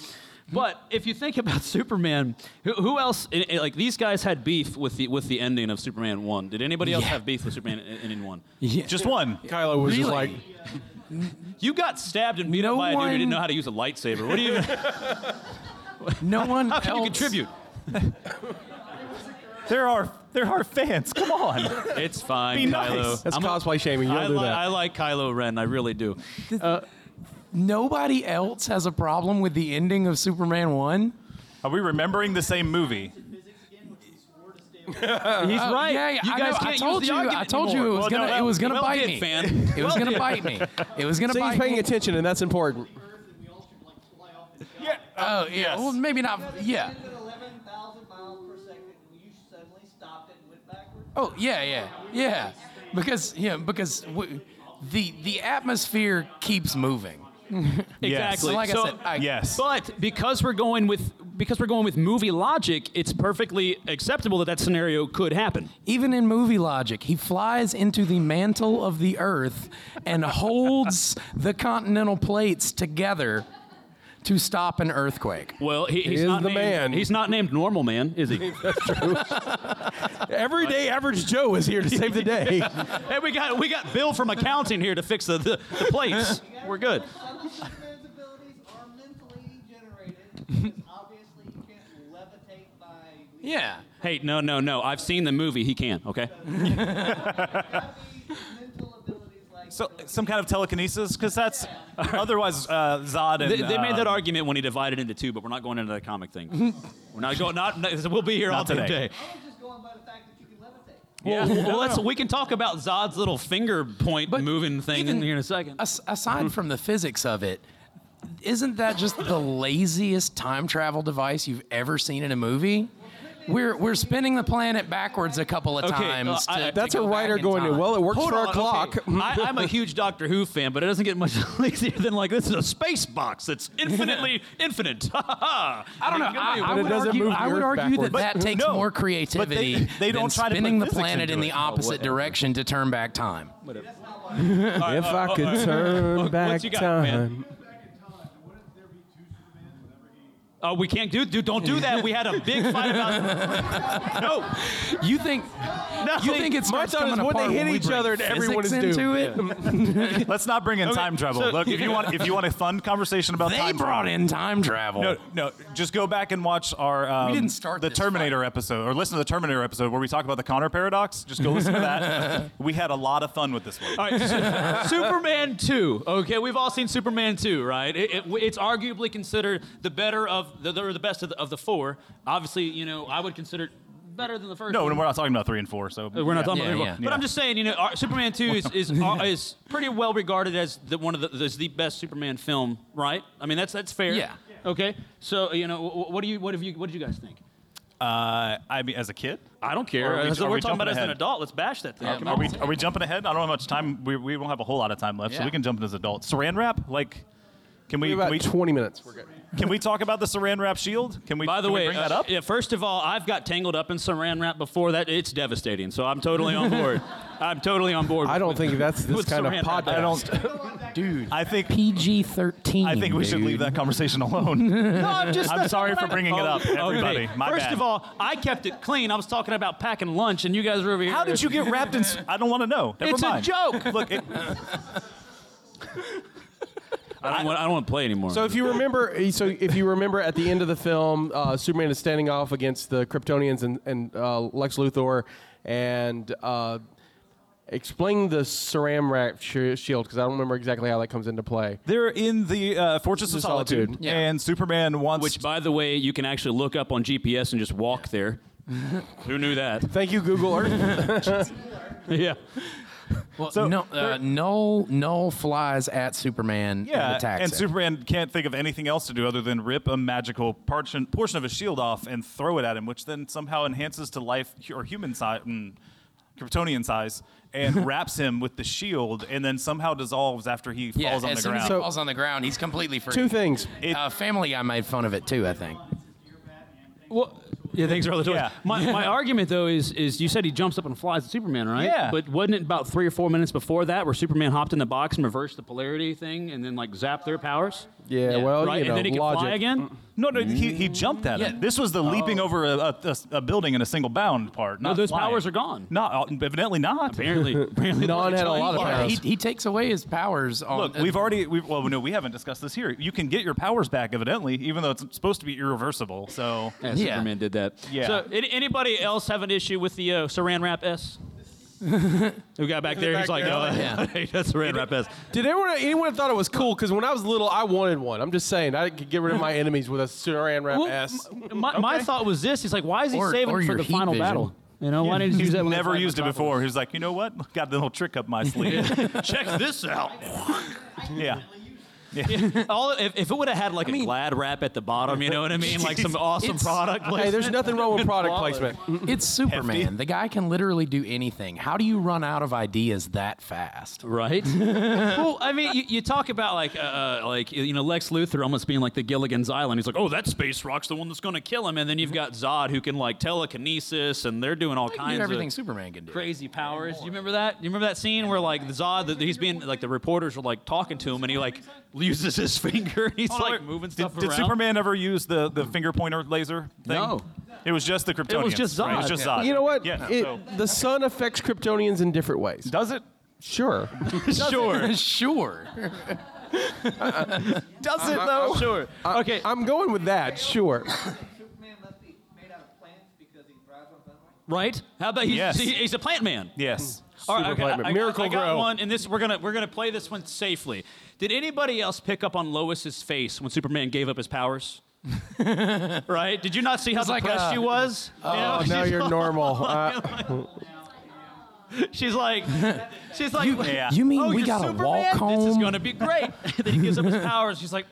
Speaker 4: Hmm?
Speaker 6: But if you think about [LAUGHS] Superman, who, who else? i- i- Like these guys had beef with the with the ending of Superman one. Did anybody else
Speaker 4: Yeah.
Speaker 6: have beef with Superman e- ending one?
Speaker 7: Just one.
Speaker 5: Kylo was just
Speaker 4: Really?
Speaker 5: like,
Speaker 6: You got stabbed and beat
Speaker 4: No
Speaker 6: up by a dude who
Speaker 4: one-
Speaker 6: didn't know how to use a lightsaber. What
Speaker 4: [LAUGHS]
Speaker 6: do you?
Speaker 4: No one
Speaker 6: [LAUGHS] How can you
Speaker 4: else-
Speaker 6: contribute?
Speaker 7: There are. There are fans. Come on.
Speaker 6: It's fine,
Speaker 7: Be nice.
Speaker 6: Kylo.
Speaker 5: that's
Speaker 6: I'm a-
Speaker 5: cosplay shaming. You
Speaker 6: I,
Speaker 5: don't do
Speaker 6: li-
Speaker 5: that.
Speaker 6: I like Kylo Ren. I really do.
Speaker 4: Nobody else has a problem with the ending of Superman one.
Speaker 7: Are we remembering the same movie?
Speaker 6: He's right.
Speaker 4: Oh, Yeah, yeah,
Speaker 6: You
Speaker 4: I
Speaker 6: guys
Speaker 4: know.
Speaker 6: can't
Speaker 4: I told
Speaker 6: use the
Speaker 4: you.
Speaker 6: argument
Speaker 4: I told you it
Speaker 6: anymore.
Speaker 4: was
Speaker 7: Well, no,
Speaker 4: gonna.
Speaker 7: that
Speaker 4: it was
Speaker 7: was-
Speaker 4: gonna
Speaker 6: well
Speaker 4: bite
Speaker 6: did,
Speaker 4: me.
Speaker 6: fan.
Speaker 4: [LAUGHS] It was gonna bite me. It was gonna
Speaker 5: so
Speaker 4: bite
Speaker 5: he's paying
Speaker 4: me.
Speaker 5: attention, and that's important.
Speaker 9: Earth and we all should like fly off and
Speaker 7: Yeah.
Speaker 4: Oh yeah. Well, Oh, maybe not. Yeah.
Speaker 10: It's at 11,000 miles per second, and you suddenly
Speaker 4: Oh yeah, yeah, yeah. Because yeah, because w- the the atmosphere keeps moving.
Speaker 6: Exactly.
Speaker 4: Like I
Speaker 6: so,
Speaker 4: said, I- Yes.
Speaker 6: But because we're going with because we're going with movie logic, it's perfectly acceptable that that scenario could happen.
Speaker 4: Even in movie logic, he flies into the mantle of the Earth and
Speaker 6: [LAUGHS]
Speaker 4: holds the continental plates together to stop an earthquake.
Speaker 6: Well, he, he's
Speaker 4: is
Speaker 6: not
Speaker 4: the
Speaker 6: named,
Speaker 4: man.
Speaker 6: He's not named normal man, is
Speaker 4: [LAUGHS]
Speaker 6: he?
Speaker 5: Everyday average Joe is here to save the day.
Speaker 6: hey, we got we got Bill from accounting here to fix the the, the plates. We're good.
Speaker 10: Some Superman's abilities are mentally
Speaker 6: [LAUGHS]
Speaker 10: generated because obviously you can't levitate by.
Speaker 4: [LAUGHS] Yeah.
Speaker 6: Hey, no, no, no. I've seen the movie. He can. Okay.
Speaker 7: So some kind of telekinesis, because that's otherwise uh, Zod and
Speaker 6: They, they made
Speaker 4: um,
Speaker 6: that
Speaker 7: uh,
Speaker 6: argument when he divided into two, but we're not going into that comic thing. we're not going. Not. not- We'll be here
Speaker 7: Not
Speaker 6: all damn
Speaker 7: today.
Speaker 6: day. Well,
Speaker 4: [LAUGHS]
Speaker 6: well, let's, we can talk about Zod's little finger point moving thing in here in a second.
Speaker 4: As- aside from the physics of it, isn't that just the laziest time travel device you've ever seen in a movie? We're, we're spinning the planet backwards a couple of
Speaker 6: Okay,
Speaker 4: times.
Speaker 6: uh, I-
Speaker 4: to- to
Speaker 5: That's a
Speaker 4: go back
Speaker 5: writer
Speaker 4: in
Speaker 5: going,
Speaker 4: time.
Speaker 5: well, it works
Speaker 6: Hold
Speaker 5: for
Speaker 6: on,
Speaker 5: our
Speaker 6: [LAUGHS]
Speaker 5: clock.
Speaker 6: okay. I, I'm a huge Doctor Who fan, but it doesn't get much [LAUGHS] lazier than like this is a space box that's
Speaker 4: [LAUGHS]
Speaker 6: infinitely infinite. [LAUGHS] I
Speaker 4: I don't know. I, I
Speaker 5: but it
Speaker 4: would
Speaker 5: doesn't
Speaker 4: argue,
Speaker 5: move the
Speaker 4: I would
Speaker 5: Earth
Speaker 4: argue that
Speaker 5: backwards.
Speaker 4: that takes
Speaker 7: no,
Speaker 4: more
Speaker 7: but they-
Speaker 4: creativity
Speaker 7: they don't
Speaker 4: than
Speaker 7: try to put
Speaker 4: spinning the
Speaker 7: physics
Speaker 4: planet
Speaker 7: into
Speaker 4: in the
Speaker 7: it. Oh,
Speaker 4: opposite direction to turn back time.
Speaker 5: if I could turn back
Speaker 6: What you got,
Speaker 5: time.
Speaker 6: man? Uh, we can't do, do. Don't do that. We had a big fight about. no,
Speaker 4: You think? You think it's
Speaker 5: My
Speaker 4: starts
Speaker 5: thought is
Speaker 4: coming
Speaker 5: when they
Speaker 4: apart
Speaker 5: hit
Speaker 4: we
Speaker 5: each
Speaker 4: bring
Speaker 5: other and everyone
Speaker 4: physics
Speaker 5: is
Speaker 4: into
Speaker 5: doomed.
Speaker 4: it?
Speaker 7: Let's not bring in time travel.
Speaker 6: so-
Speaker 7: Look, if you want, if you want a fun conversation about
Speaker 4: They
Speaker 7: time
Speaker 4: brought in time travel.
Speaker 7: No, no. Just go back and watch our. Um,
Speaker 4: didn't start
Speaker 7: the
Speaker 4: this
Speaker 7: Terminator episode, or listen to the Terminator episode where we talk about the Connor paradox. Just go listen to
Speaker 6: [LAUGHS]
Speaker 7: that. we had a lot of fun with this one.
Speaker 6: All right, Su- [LAUGHS] Superman 2. Okay, we've all seen Superman 2, right? It, it, it's arguably considered the better of the, or the best of the, of the four. Obviously, you know, I would consider it better than the first.
Speaker 7: No,
Speaker 6: one.
Speaker 7: we're not talking about three and four. So
Speaker 6: Uh, We're not talking
Speaker 4: Yeah,
Speaker 6: about
Speaker 4: yeah.
Speaker 6: But I'm just saying, you know, our- Superman 2 is [LAUGHS] is, uh, is pretty well regarded as the one of the as the best Superman film, right? I mean, that's that's fair.
Speaker 4: Yeah.
Speaker 6: Okay. So, you know, wh- wh- what do you what have you what did you guys think?
Speaker 7: Uh, I mean, as a kid,
Speaker 6: I don't
Speaker 7: Or
Speaker 6: care.
Speaker 7: are we-
Speaker 6: That's what
Speaker 7: are
Speaker 6: we're
Speaker 7: we
Speaker 6: talking about
Speaker 7: jumping
Speaker 6: as an
Speaker 7: ahead?
Speaker 6: adult. Let's bash that thing. Come
Speaker 7: are
Speaker 6: on.
Speaker 7: we are we jumping ahead? I don't know how much time we we don't have a whole lot of time left, so
Speaker 4: Yeah.
Speaker 7: we can jump into this adult Saran wrap. Like, can we
Speaker 5: About
Speaker 7: we,
Speaker 5: 20 minutes. We're good.
Speaker 7: can we talk about the Saran wrap shield? Can we?
Speaker 6: By the
Speaker 7: can we
Speaker 6: way,
Speaker 7: bring that
Speaker 6: uh,
Speaker 7: up.
Speaker 6: yeah. First of all, I've got tangled up in Saran wrap before that. It's devastating. So I'm totally on
Speaker 7: [LAUGHS]
Speaker 6: board. I'm totally on board.
Speaker 5: I
Speaker 6: with-
Speaker 5: don't
Speaker 6: with-
Speaker 5: think that's this
Speaker 6: [LAUGHS] with
Speaker 5: kind of
Speaker 6: Saran wrap.
Speaker 5: podcast.
Speaker 7: I
Speaker 5: [LAUGHS]
Speaker 7: don't.
Speaker 4: Dude,
Speaker 7: I think
Speaker 4: PG 13.
Speaker 7: I think we should leave that conversation
Speaker 6: [LAUGHS]
Speaker 7: alone.
Speaker 6: No, I'm just.
Speaker 7: I'm
Speaker 6: that's
Speaker 7: sorry
Speaker 6: not
Speaker 7: for
Speaker 6: what I-
Speaker 7: bringing it up, everybody.
Speaker 6: [LAUGHS] Okay.
Speaker 7: My
Speaker 6: First
Speaker 7: bad.
Speaker 6: of all, I kept it clean. I was talking about packing lunch, and you guys were over here.
Speaker 7: How did you
Speaker 6: [LAUGHS]
Speaker 7: get wrapped in? s- I don't want to know. Never
Speaker 6: It's a
Speaker 7: mind.
Speaker 6: joke.
Speaker 7: Look, it,
Speaker 6: I don't, want, I don't want to play anymore.
Speaker 5: So if you remember, eh, so if you remember at the end of the film, uh, Superman is standing off against the Kryptonians and, and uh, Lex Luthor, and uh, explain the Saram Wrap sh- shield because I don't remember exactly how that comes into play.
Speaker 7: They're in the uh, Fortress of
Speaker 5: The
Speaker 7: Solitude,
Speaker 5: Solitude.
Speaker 4: Yeah.
Speaker 7: and Superman wants.
Speaker 6: Which, by the way, you can actually look up on GPS and just
Speaker 7: [LAUGHS]
Speaker 6: walk there. Who knew that?
Speaker 5: Thank you, Google Earth. [LAUGHS]
Speaker 6: yeah.
Speaker 4: Well, no, uh, Null, Null flies at Superman and
Speaker 7: yeah,
Speaker 4: attacks
Speaker 7: and
Speaker 4: him.
Speaker 7: Superman can't think of anything else to do other than rip a magical portion, portion of his shield off and throw it at him, which then somehow enhances to life hu- or human size, mm, Kryptonian size,
Speaker 4: [LAUGHS]
Speaker 7: and wraps him with the shield, and then somehow dissolves after he
Speaker 4: yeah,
Speaker 7: falls on
Speaker 4: as
Speaker 7: the
Speaker 4: soon
Speaker 7: ground.
Speaker 4: as he falls on the ground, he's completely free.
Speaker 5: Two things.
Speaker 4: uh, family Guy made fun of it too, I think.
Speaker 6: Well, yeah. Thanks for all the toys.
Speaker 7: Yeah.
Speaker 6: My, [LAUGHS] my argument though is is you said he jumps up and flies at Superman, right?
Speaker 7: Yeah.
Speaker 6: But wasn't it about three or four minutes before that where Superman hopped in the box and reversed the polarity thing and then like zapped their powers?
Speaker 5: Yeah, well,
Speaker 6: right.
Speaker 5: you know,
Speaker 6: and then he can
Speaker 5: logic.
Speaker 6: fly again.
Speaker 7: no, no, he, he jumped at him.
Speaker 4: Mm. Yeah. Oh.
Speaker 7: This was the leaping over a, a- a s- a building in a single bound part. Not
Speaker 6: those
Speaker 7: flying.
Speaker 6: powers
Speaker 4: [LAUGHS]
Speaker 6: are gone.
Speaker 7: Not uh, evidently not.
Speaker 6: Apparently,
Speaker 5: [LAUGHS]
Speaker 6: apparently
Speaker 5: Non had a
Speaker 6: Lois
Speaker 5: lot of
Speaker 6: Lane-
Speaker 5: powers.
Speaker 4: He, he takes away his powers. On,
Speaker 7: Look, we've already we've, well no, we haven't discussed this here. You can get your powers back evidently, even though it's supposed to be irreversible. So
Speaker 6: Yeah,
Speaker 4: Yeah.
Speaker 6: Superman did that.
Speaker 7: Yeah.
Speaker 6: So, an- anybody else have an issue with the uh, Saran
Speaker 4: [LAUGHS]
Speaker 6: Wrap S? Who got back there? He's like, oh,
Speaker 4: Yeah.
Speaker 6: [LAUGHS] hey, that's Saran Wrap S.
Speaker 5: Did anyone anyone thought it was cool? Because when I was little, I wanted one. I'm just saying I could get rid of my enemies with a Saran Wrap
Speaker 6: Well,
Speaker 5: S.
Speaker 6: m- my, my thought was this: He's like, why is he
Speaker 4: Or-
Speaker 6: saving
Speaker 4: or
Speaker 6: it for
Speaker 4: your
Speaker 6: the
Speaker 4: heat
Speaker 6: final
Speaker 4: vision.
Speaker 6: battle? You know, why didn't he
Speaker 7: he's
Speaker 6: use that? when I
Speaker 7: never
Speaker 6: fight
Speaker 7: used it
Speaker 6: Metropolis?
Speaker 7: before. He was like, you know what? Got a little trick up my sleeve.
Speaker 6: Check this out.
Speaker 7: [LAUGHS] yeah.
Speaker 6: [LAUGHS] All, if, if it would have had like a glad wrap at the bottom, you know what I mean? Like some awesome
Speaker 4: It's-
Speaker 6: product.
Speaker 5: Hey, there's
Speaker 6: placement.
Speaker 5: nothing wrong with product
Speaker 6: Flawless.
Speaker 5: placement.
Speaker 4: [LAUGHS] It's Superman. The guy can literally do anything. How do you run out of ideas that fast?
Speaker 6: [LAUGHS] [LAUGHS] Right. well, I mean, you, you talk about like, uh, uh, like you know, Lex Luthor almost being like the Gilligan's Island. He's like, oh, that space rock's the one that's gonna kill him, and then you've got
Speaker 4: Mm-hmm.
Speaker 6: Zod who can like telekinesis, and they're doing all
Speaker 4: He can
Speaker 6: kinds
Speaker 4: do everything
Speaker 6: of
Speaker 4: Superman can do.
Speaker 6: crazy powers. You remember that? You remember that scene where like the Zod, that he's being like the reporters are like talking to him, and he like uses his [LAUGHS] finger. and He's
Speaker 7: Hold on,
Speaker 6: [LAUGHS] like
Speaker 7: wait.
Speaker 6: moving
Speaker 7: Did-
Speaker 6: stuff
Speaker 7: did,
Speaker 6: around. [LAUGHS]
Speaker 7: Superman ever use the, the finger pointer laser thing?
Speaker 4: No.
Speaker 7: It was just the Kryptonians.
Speaker 6: just
Speaker 7: right? It was
Speaker 6: Zod.
Speaker 7: just
Speaker 6: Yeah.
Speaker 7: Zod.
Speaker 5: You know what?
Speaker 7: Yeah.
Speaker 5: It-
Speaker 7: so-
Speaker 5: The sun affects Kryptonians in different ways.
Speaker 7: does it?
Speaker 5: Sure.
Speaker 4: Sure, sure.
Speaker 5: Does it though? sure. okay. I'm going with that. Sure.
Speaker 10: Superman must be made out of plants because he thrives on sunlight.
Speaker 6: Right? How about he's,
Speaker 7: Yes.
Speaker 6: he- he's a plant man?
Speaker 7: Yes.
Speaker 6: All right,
Speaker 5: Super
Speaker 6: okay,
Speaker 5: plant man.
Speaker 6: I, I,
Speaker 5: Miracle
Speaker 6: I got
Speaker 5: Grow.
Speaker 6: one, and this we're gonna we're gonna play this one safely. Did anybody else pick up on Lois's face when Superman gave up
Speaker 4: [LAUGHS]
Speaker 6: his powers? right? Did you not see how
Speaker 4: It's like
Speaker 6: depressed
Speaker 4: a-
Speaker 6: she was? Oh,
Speaker 5: Now you're normal. Uh,
Speaker 6: She's like, she's like,
Speaker 7: Yeah.
Speaker 4: You mean
Speaker 6: oh,
Speaker 4: we
Speaker 6: you're
Speaker 4: gotta
Speaker 6: Superman?
Speaker 4: walk home?
Speaker 6: This is gonna be great. [LAUGHS] then he gives up
Speaker 4: [LAUGHS]
Speaker 6: his powers. She's like,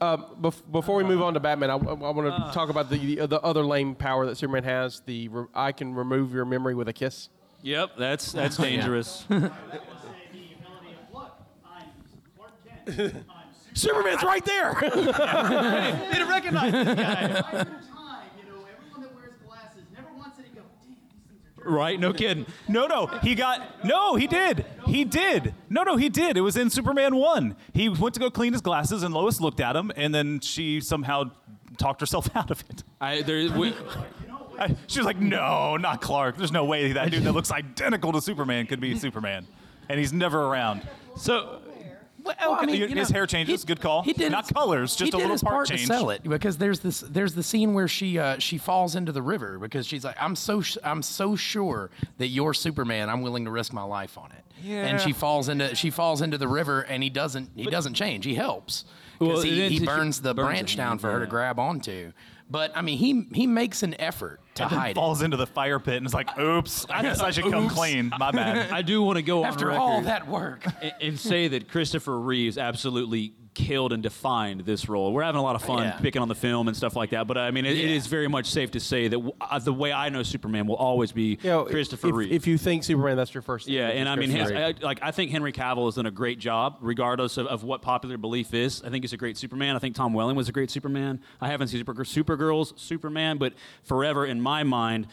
Speaker 5: bef- before we move on to Batman, I, want to talk about the, the the other lame power that Superman has. The re- I can remove your memory with a kiss.
Speaker 6: yep, that's
Speaker 4: [LAUGHS]
Speaker 6: that's dangerous.
Speaker 9: I say the ability of, look, I'm Clark
Speaker 6: [LAUGHS]
Speaker 9: Kent. I'm Superman.
Speaker 5: Superman's right there.
Speaker 6: They didn't recognize this guy.
Speaker 9: Over
Speaker 6: [LAUGHS]
Speaker 9: time, you know, everyone that wears glasses never once did he go, damn, these things are dirty.
Speaker 6: Right? No kidding.
Speaker 7: No, no, he got no. He did. He did. No, no, he did. It was in Superman one. He went to go clean his glasses, and Lois looked at him, and then she somehow talked herself [LAUGHS] out of it.
Speaker 6: I there. We,
Speaker 7: I- she was like, "No, not Clark. There's no way that dude that looks identical to Superman could [LAUGHS] be Superman, and he's never around."
Speaker 6: so
Speaker 4: Well, I mean,
Speaker 7: his
Speaker 4: you know,
Speaker 7: hair changes. Good call. Not colors, just
Speaker 4: he
Speaker 7: a
Speaker 4: did
Speaker 7: little
Speaker 4: his
Speaker 7: part
Speaker 4: part to
Speaker 7: change.
Speaker 4: sell it because there's this there's the scene where she uh, she falls into the river because she's like I'm so sh- I'm so sure that you're Superman I'm willing to risk my life on it. And she
Speaker 7: Yeah.
Speaker 4: falls into she falls into the river and he doesn't he doesn't change he helps because
Speaker 6: Well,
Speaker 4: he,
Speaker 6: then
Speaker 4: he
Speaker 6: she
Speaker 4: burns the
Speaker 6: burns
Speaker 4: branch
Speaker 6: it,
Speaker 4: down for her to
Speaker 6: yeah.
Speaker 4: grab onto. But I mean he he makes an effort to
Speaker 7: And then
Speaker 4: hide it.
Speaker 7: falls into the fire pit and is like, "Oops, I guess I should come
Speaker 6: Oops.
Speaker 7: clean. My [LAUGHS] bad."
Speaker 6: I do want to go
Speaker 4: After
Speaker 6: on record.
Speaker 4: all that work.
Speaker 6: and, and say that Christopher Reeves absolutely killed and defined this role. We're having a lot of fun
Speaker 4: Yeah.
Speaker 6: picking on the film and stuff like that, but I mean, it, it
Speaker 4: Yeah.
Speaker 6: is very much safe to say that w- uh, the way I know Superman will always be
Speaker 5: You know,
Speaker 6: Christopher
Speaker 5: if,
Speaker 6: Reeves.
Speaker 5: If you think Superman, that's your first.
Speaker 6: yeah,
Speaker 5: thing,
Speaker 6: and
Speaker 5: is
Speaker 6: I mean, his,
Speaker 5: Christopher
Speaker 6: I,
Speaker 5: Reeve.
Speaker 6: like I think Henry Cavill has done a great job, regardless of, of what popular belief is. I think he's a great Superman. I think Tom Welling was a great Superman. I haven't seen Super, Supergirl's Superman, but forever in my mind,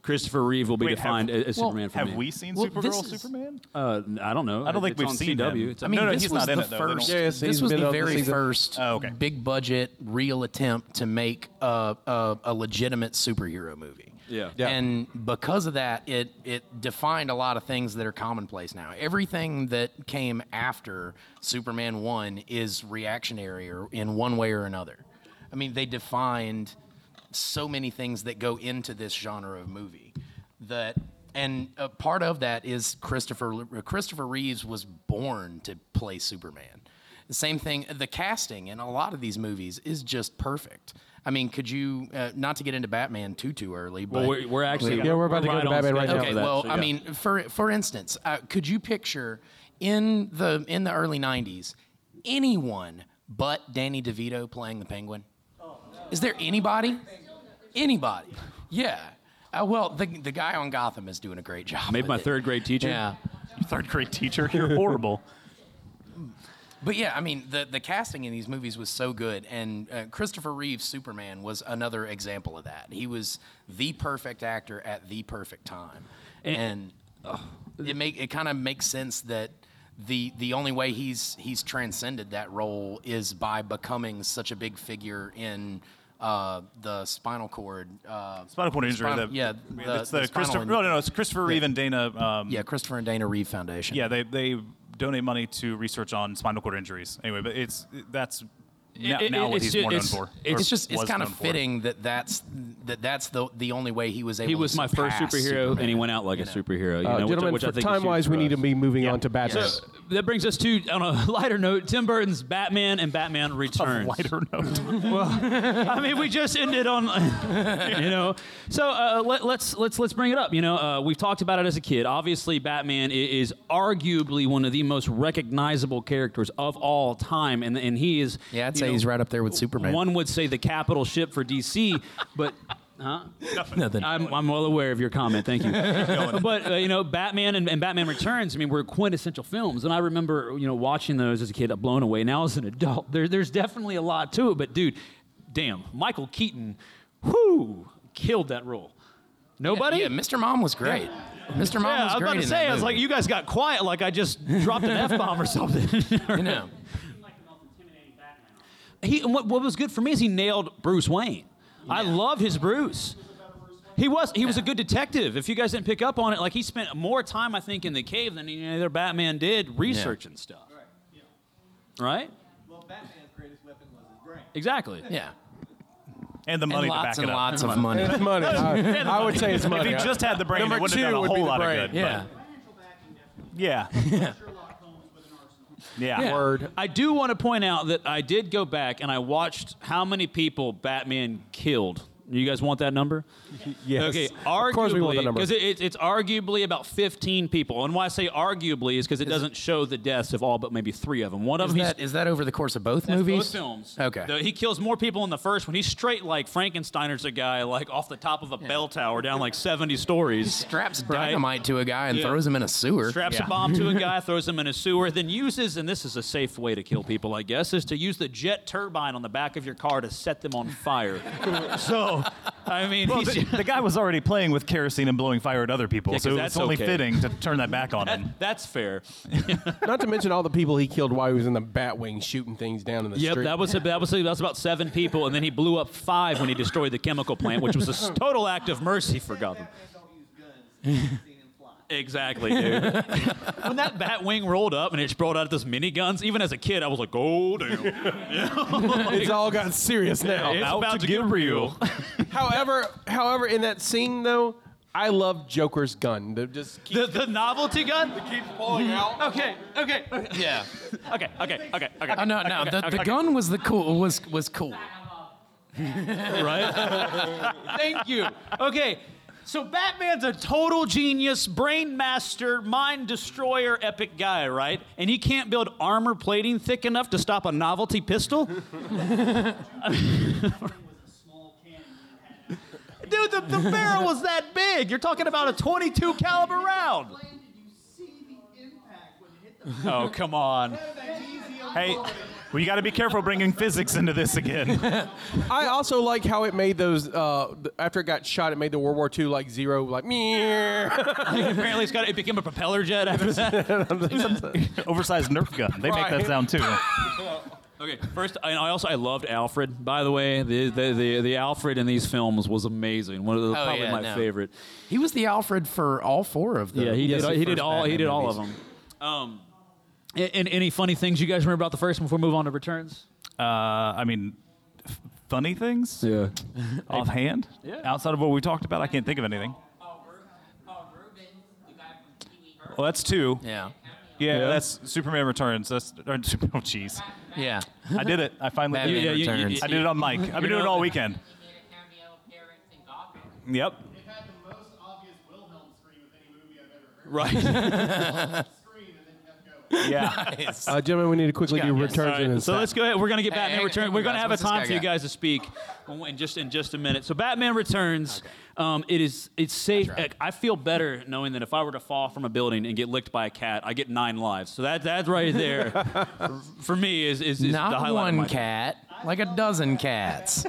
Speaker 6: Christopher Reeve will be
Speaker 7: Wait, have-
Speaker 6: defined as, as
Speaker 4: well,
Speaker 6: Superman for
Speaker 7: Have
Speaker 6: me.
Speaker 7: we seen
Speaker 4: Well,
Speaker 7: Supergirl,
Speaker 4: this is-
Speaker 7: Superman?
Speaker 6: Uh, I don't know.
Speaker 7: I don't think
Speaker 6: It's
Speaker 7: we've
Speaker 6: on
Speaker 7: seen
Speaker 6: CW.
Speaker 7: him.
Speaker 6: It's
Speaker 7: I
Speaker 6: on-
Speaker 4: I mean,
Speaker 7: No, no,
Speaker 4: this
Speaker 7: he's
Speaker 4: was
Speaker 7: not in
Speaker 4: the
Speaker 7: it, though. They don't-
Speaker 4: first.
Speaker 7: Yeah,
Speaker 5: yes, he's
Speaker 4: this was
Speaker 5: been
Speaker 4: the
Speaker 5: on the
Speaker 4: very
Speaker 5: season.
Speaker 4: first
Speaker 7: Oh, okay.
Speaker 4: big budget, real attempt to make a, a, a legitimate superhero movie.
Speaker 6: Yeah. Yeah.
Speaker 4: And because of that, it it defined a lot of things that are commonplace now. Everything that came after Superman one is reactionary or in one way or another. I mean, they defined so many things that go into this genre of movie that and uh, part of that is Christopher Christopher Reeves was born to play Superman. The same thing the casting in a lot of these movies is just perfect. I mean, could you uh, not to get into Batman too too early, but
Speaker 6: Well, we're, we're actually
Speaker 5: Yeah, we're about to go to
Speaker 6: on
Speaker 5: Batman right now
Speaker 6: schedule
Speaker 4: [LAUGHS]
Speaker 6: for
Speaker 4: Okay,
Speaker 6: that,
Speaker 4: well,
Speaker 6: so
Speaker 4: I
Speaker 6: yeah.
Speaker 4: mean, for for instance, uh, could you picture in the in the early '90s anyone but Danny DeVito playing the Penguin? Is there anybody? Anybody? Yeah. Uh, well, the the guy on Gotham is doing a great job.
Speaker 6: Maybe
Speaker 4: with
Speaker 6: my
Speaker 4: it.
Speaker 6: third grade teacher.
Speaker 4: Yeah.
Speaker 7: Third grade teacher, [LAUGHS] you're horrible.
Speaker 4: But yeah, I mean, the, the casting in these movies was so good, and uh, Christopher Reeve's Superman was another example of that. He was the perfect actor at the perfect time, and, it make it kind of makes sense that the the only way he's he's transcended that role is by becoming such a big figure in uh, the spinal cord. Uh,
Speaker 7: Spinal cord injury.
Speaker 4: spinal-
Speaker 7: the,
Speaker 4: yeah,
Speaker 7: it's the,
Speaker 4: spinal
Speaker 7: Christopher.
Speaker 4: in-
Speaker 7: No, no, no. It's Christopher Reeve and Dana. Um,
Speaker 4: yeah, Christopher and Dana Reeve Foundation.
Speaker 7: yeah, they they donate money to research on spinal cord injuries. Anyway, but it's that's now,
Speaker 4: It-
Speaker 7: now
Speaker 4: it-
Speaker 7: what
Speaker 4: it's
Speaker 7: he's
Speaker 4: ju-
Speaker 7: more known
Speaker 4: it's-
Speaker 7: for.
Speaker 4: It's,
Speaker 7: or
Speaker 4: just it's
Speaker 7: was
Speaker 4: kind of
Speaker 7: known for. [LAUGHS]
Speaker 4: fitting that that's that that's the the only way he was able.
Speaker 6: He was
Speaker 4: to
Speaker 6: my first
Speaker 4: surpass
Speaker 6: superhero,
Speaker 4: Superman.
Speaker 6: and he went out like a superhero. You know,
Speaker 8: Uh,
Speaker 6: which I-
Speaker 8: gentlemen,
Speaker 6: which I think is
Speaker 8: time wise,
Speaker 6: huge
Speaker 8: we
Speaker 6: for
Speaker 8: need to
Speaker 6: us.
Speaker 8: be moving on to Batman.
Speaker 6: So that brings us to, on a [LAUGHS] lighter note, Tim Burton's Batman and [LAUGHS] Batman Returns.
Speaker 7: Lighter
Speaker 4: [LAUGHS]
Speaker 7: note.
Speaker 6: [LAUGHS] I mean, we just ended on, [LAUGHS] you know. So uh, let, let's let's let's bring it up. You know, uh, we've talked about it as a kid. Obviously, Batman i- is arguably one of the most recognizable characters of all time, and and he is.
Speaker 4: Yeah, I'd
Speaker 6: you
Speaker 4: say
Speaker 6: know,
Speaker 4: he's right up there with Superman.
Speaker 6: One would say the capital ship for DC, but
Speaker 4: Nothing.
Speaker 6: I'm, I'm well aware of your comment. Thank you. but uh, you know, Batman and, and Batman Returns. I mean, were quintessential films, and I remember you know watching those as a kid, blown away. Now as an adult, there, there's definitely a lot to it. But dude, damn, Michael Keaton, whoo, killed that role. Nobody.
Speaker 4: Yeah, Mr. Mom was great. Mr. Mom
Speaker 6: Yeah,
Speaker 4: was
Speaker 6: I was
Speaker 4: great
Speaker 6: about to
Speaker 4: in
Speaker 6: say,
Speaker 4: that
Speaker 6: I was like,
Speaker 4: movie.
Speaker 6: you guys got quiet, like I just dropped an f bomb
Speaker 4: [LAUGHS]
Speaker 6: or something. [LAUGHS]
Speaker 4: you know.
Speaker 9: Seemed like the most intimidating Batman.
Speaker 6: he, and what, what was good for me is he nailed Bruce Wayne. I love his Bruce. He was he was a good detective. If you guys didn't pick up on it, like he spent more time, I think, in the cave than any other Batman did researching stuff.
Speaker 10: Right. Yeah.
Speaker 6: Right?
Speaker 10: Well, Batman's greatest weapon was his brain.
Speaker 6: Exactly.
Speaker 4: Yeah.
Speaker 7: And the money
Speaker 4: And
Speaker 7: to
Speaker 4: lots
Speaker 7: back
Speaker 4: and
Speaker 7: it up.
Speaker 4: lots
Speaker 6: [LAUGHS]
Speaker 4: of money.
Speaker 8: money. I, I would say it's
Speaker 7: If
Speaker 8: money.
Speaker 7: he just had the brain,
Speaker 8: Number
Speaker 7: it wouldn't have
Speaker 8: two
Speaker 7: done a
Speaker 8: would be
Speaker 7: whole
Speaker 8: the
Speaker 7: lot
Speaker 8: brain.
Speaker 7: of good.
Speaker 4: Yeah.
Speaker 9: Financial backing definitely.
Speaker 7: but-
Speaker 4: [LAUGHS]
Speaker 7: yeah.
Speaker 9: Sherlock Holmes with an arsenal.
Speaker 7: Yeah.
Speaker 8: Word.
Speaker 6: I do want to point out that I did go back and I watched how many people Batman killed. You guys want that number?
Speaker 8: Yes.
Speaker 6: Okay,
Speaker 8: Of course, we want the
Speaker 6: arguably,
Speaker 8: number.
Speaker 6: because it, it's- it's arguably about 15 people. And why I say arguably is because it doesn't show the deaths of all but maybe three of them. One of
Speaker 4: Is
Speaker 6: them he's
Speaker 4: that, is that over the course of both
Speaker 6: That's
Speaker 4: movies?
Speaker 6: Both films.
Speaker 4: Okay.
Speaker 6: Though he kills more people in the first one. He's straight like Frankensteiner's a guy like off the top of a bell tower down like 70 stories.
Speaker 4: straps
Speaker 6: Right.
Speaker 4: dynamite to a guy and
Speaker 6: Yeah.
Speaker 4: throws him in a sewer.
Speaker 6: Straps a
Speaker 4: [LAUGHS]
Speaker 6: bomb to a guy, throws him in a sewer, then uses, and this is a safe way to kill people, I guess, is to use the jet turbine on the back of your car to set them
Speaker 4: [LAUGHS]
Speaker 6: on fire. so, I mean,
Speaker 7: Well,
Speaker 6: he's,
Speaker 7: the, the guy was already playing with kerosene and blowing fire at other people,
Speaker 6: 'cause
Speaker 7: so
Speaker 6: that's
Speaker 7: it's only
Speaker 6: okay.
Speaker 7: fitting to turn that back
Speaker 4: [LAUGHS]
Speaker 7: on him.
Speaker 6: [LAUGHS] that, that's fair.
Speaker 8: Not to mention all the people he killed while he was in the Batwing shooting things down in the
Speaker 6: Yep,
Speaker 8: street.
Speaker 6: that was, that, was, that was about seven people, and then he blew up five when he destroyed the chemical plant, which was a s- total act of mercy for God.
Speaker 10: Batman don't use
Speaker 6: [LAUGHS]
Speaker 10: guns. I've seen him fly.
Speaker 6: Exactly, dude. [LAUGHS] when that bat wing rolled up and it brought out those miniguns, even as a kid, I was like, oh, damn.
Speaker 8: it's all gotten serious now.
Speaker 6: It's about, to, get real. [LAUGHS]
Speaker 8: however, however, in that scene though, I love Joker's gun. They just keep
Speaker 6: the, the novelty gun?
Speaker 8: pulling out.
Speaker 6: Okay, okay, okay,
Speaker 4: Yeah.
Speaker 6: okay, okay, okay.
Speaker 4: Oh no, no. The, the gun was the cool was was cool.
Speaker 6: [LAUGHS] right? Thank you. Okay. So Batman's a total genius, brain master, mind destroyer, epic guy, right? And he can't build armor plating thick enough to stop a novelty pistol? [LAUGHS]
Speaker 9: It was a small cannon that had
Speaker 6: Dude, the, the barrel was that big. You're talking about a 22 caliber round.
Speaker 10: When did you see the impact when it hit the
Speaker 6: Oh, come on.
Speaker 7: Hey, well, you got to be careful bringing physics into this again. [LAUGHS]
Speaker 8: I also like how it made those uh, th- after it got shot, it made the World War II like zero, like me.
Speaker 6: [LAUGHS] Apparently, it's got it became a propeller jet after
Speaker 7: [LAUGHS]
Speaker 6: that.
Speaker 7: Oversized Nerf gun. They make
Speaker 8: Right.
Speaker 7: that sound too.
Speaker 6: okay, first, and I also I loved Alfred. By the way, the the the, the Alfred in these films was amazing. One of the,
Speaker 4: Oh,
Speaker 6: probably
Speaker 4: yeah,
Speaker 6: my
Speaker 4: no.
Speaker 6: favorite.
Speaker 4: He was the Alfred for all four of them.
Speaker 6: Yeah, he did. He did all. He did all of them. Um, a- and any funny things you guys remember about the first one before we move on to returns?
Speaker 7: Uh, I mean, f- funny
Speaker 4: [LAUGHS]
Speaker 7: things
Speaker 6: Yeah.
Speaker 7: offhand. Outside of what we talked about, I can't think of anything. Well, that's two.
Speaker 4: Yeah.
Speaker 7: Yeah, that's Superman Returns. That's or, [LAUGHS] oh, jeez.
Speaker 6: [LAUGHS]
Speaker 4: Yeah.
Speaker 7: I did it. I finally
Speaker 4: Batman
Speaker 7: did it.
Speaker 6: you- you-
Speaker 4: Returns.
Speaker 7: I did it on Mike. I've been doing it all weekend. Yep. [LAUGHS]
Speaker 9: It had the most obvious Wilhelm scream of any movie I've ever heard.
Speaker 6: Right.
Speaker 9: Scream and then kept going.
Speaker 6: [LAUGHS]
Speaker 7: Yeah.
Speaker 8: [LAUGHS] Uh, gentlemen, we need to quickly
Speaker 4: Yeah,
Speaker 8: do
Speaker 4: yes.
Speaker 8: returns and
Speaker 6: so let's go ahead. We're gonna get
Speaker 4: Hey,
Speaker 6: Batman
Speaker 4: hang-
Speaker 6: Returns.
Speaker 4: hang
Speaker 6: We're
Speaker 4: on,
Speaker 6: gonna
Speaker 4: guys.
Speaker 6: have a
Speaker 4: What's this
Speaker 6: time
Speaker 4: guy
Speaker 6: for you
Speaker 4: got?
Speaker 6: guys to speak in just in just a minute. So Batman Returns. Um, it is it's safe. I feel better knowing that if I were to fall from a building and get licked by a cat, I get nine lives. So that that's right [LAUGHS] there for- for me is is, is the
Speaker 4: Not
Speaker 6: highlight
Speaker 4: one
Speaker 6: of my-
Speaker 4: cat, like a dozen cats.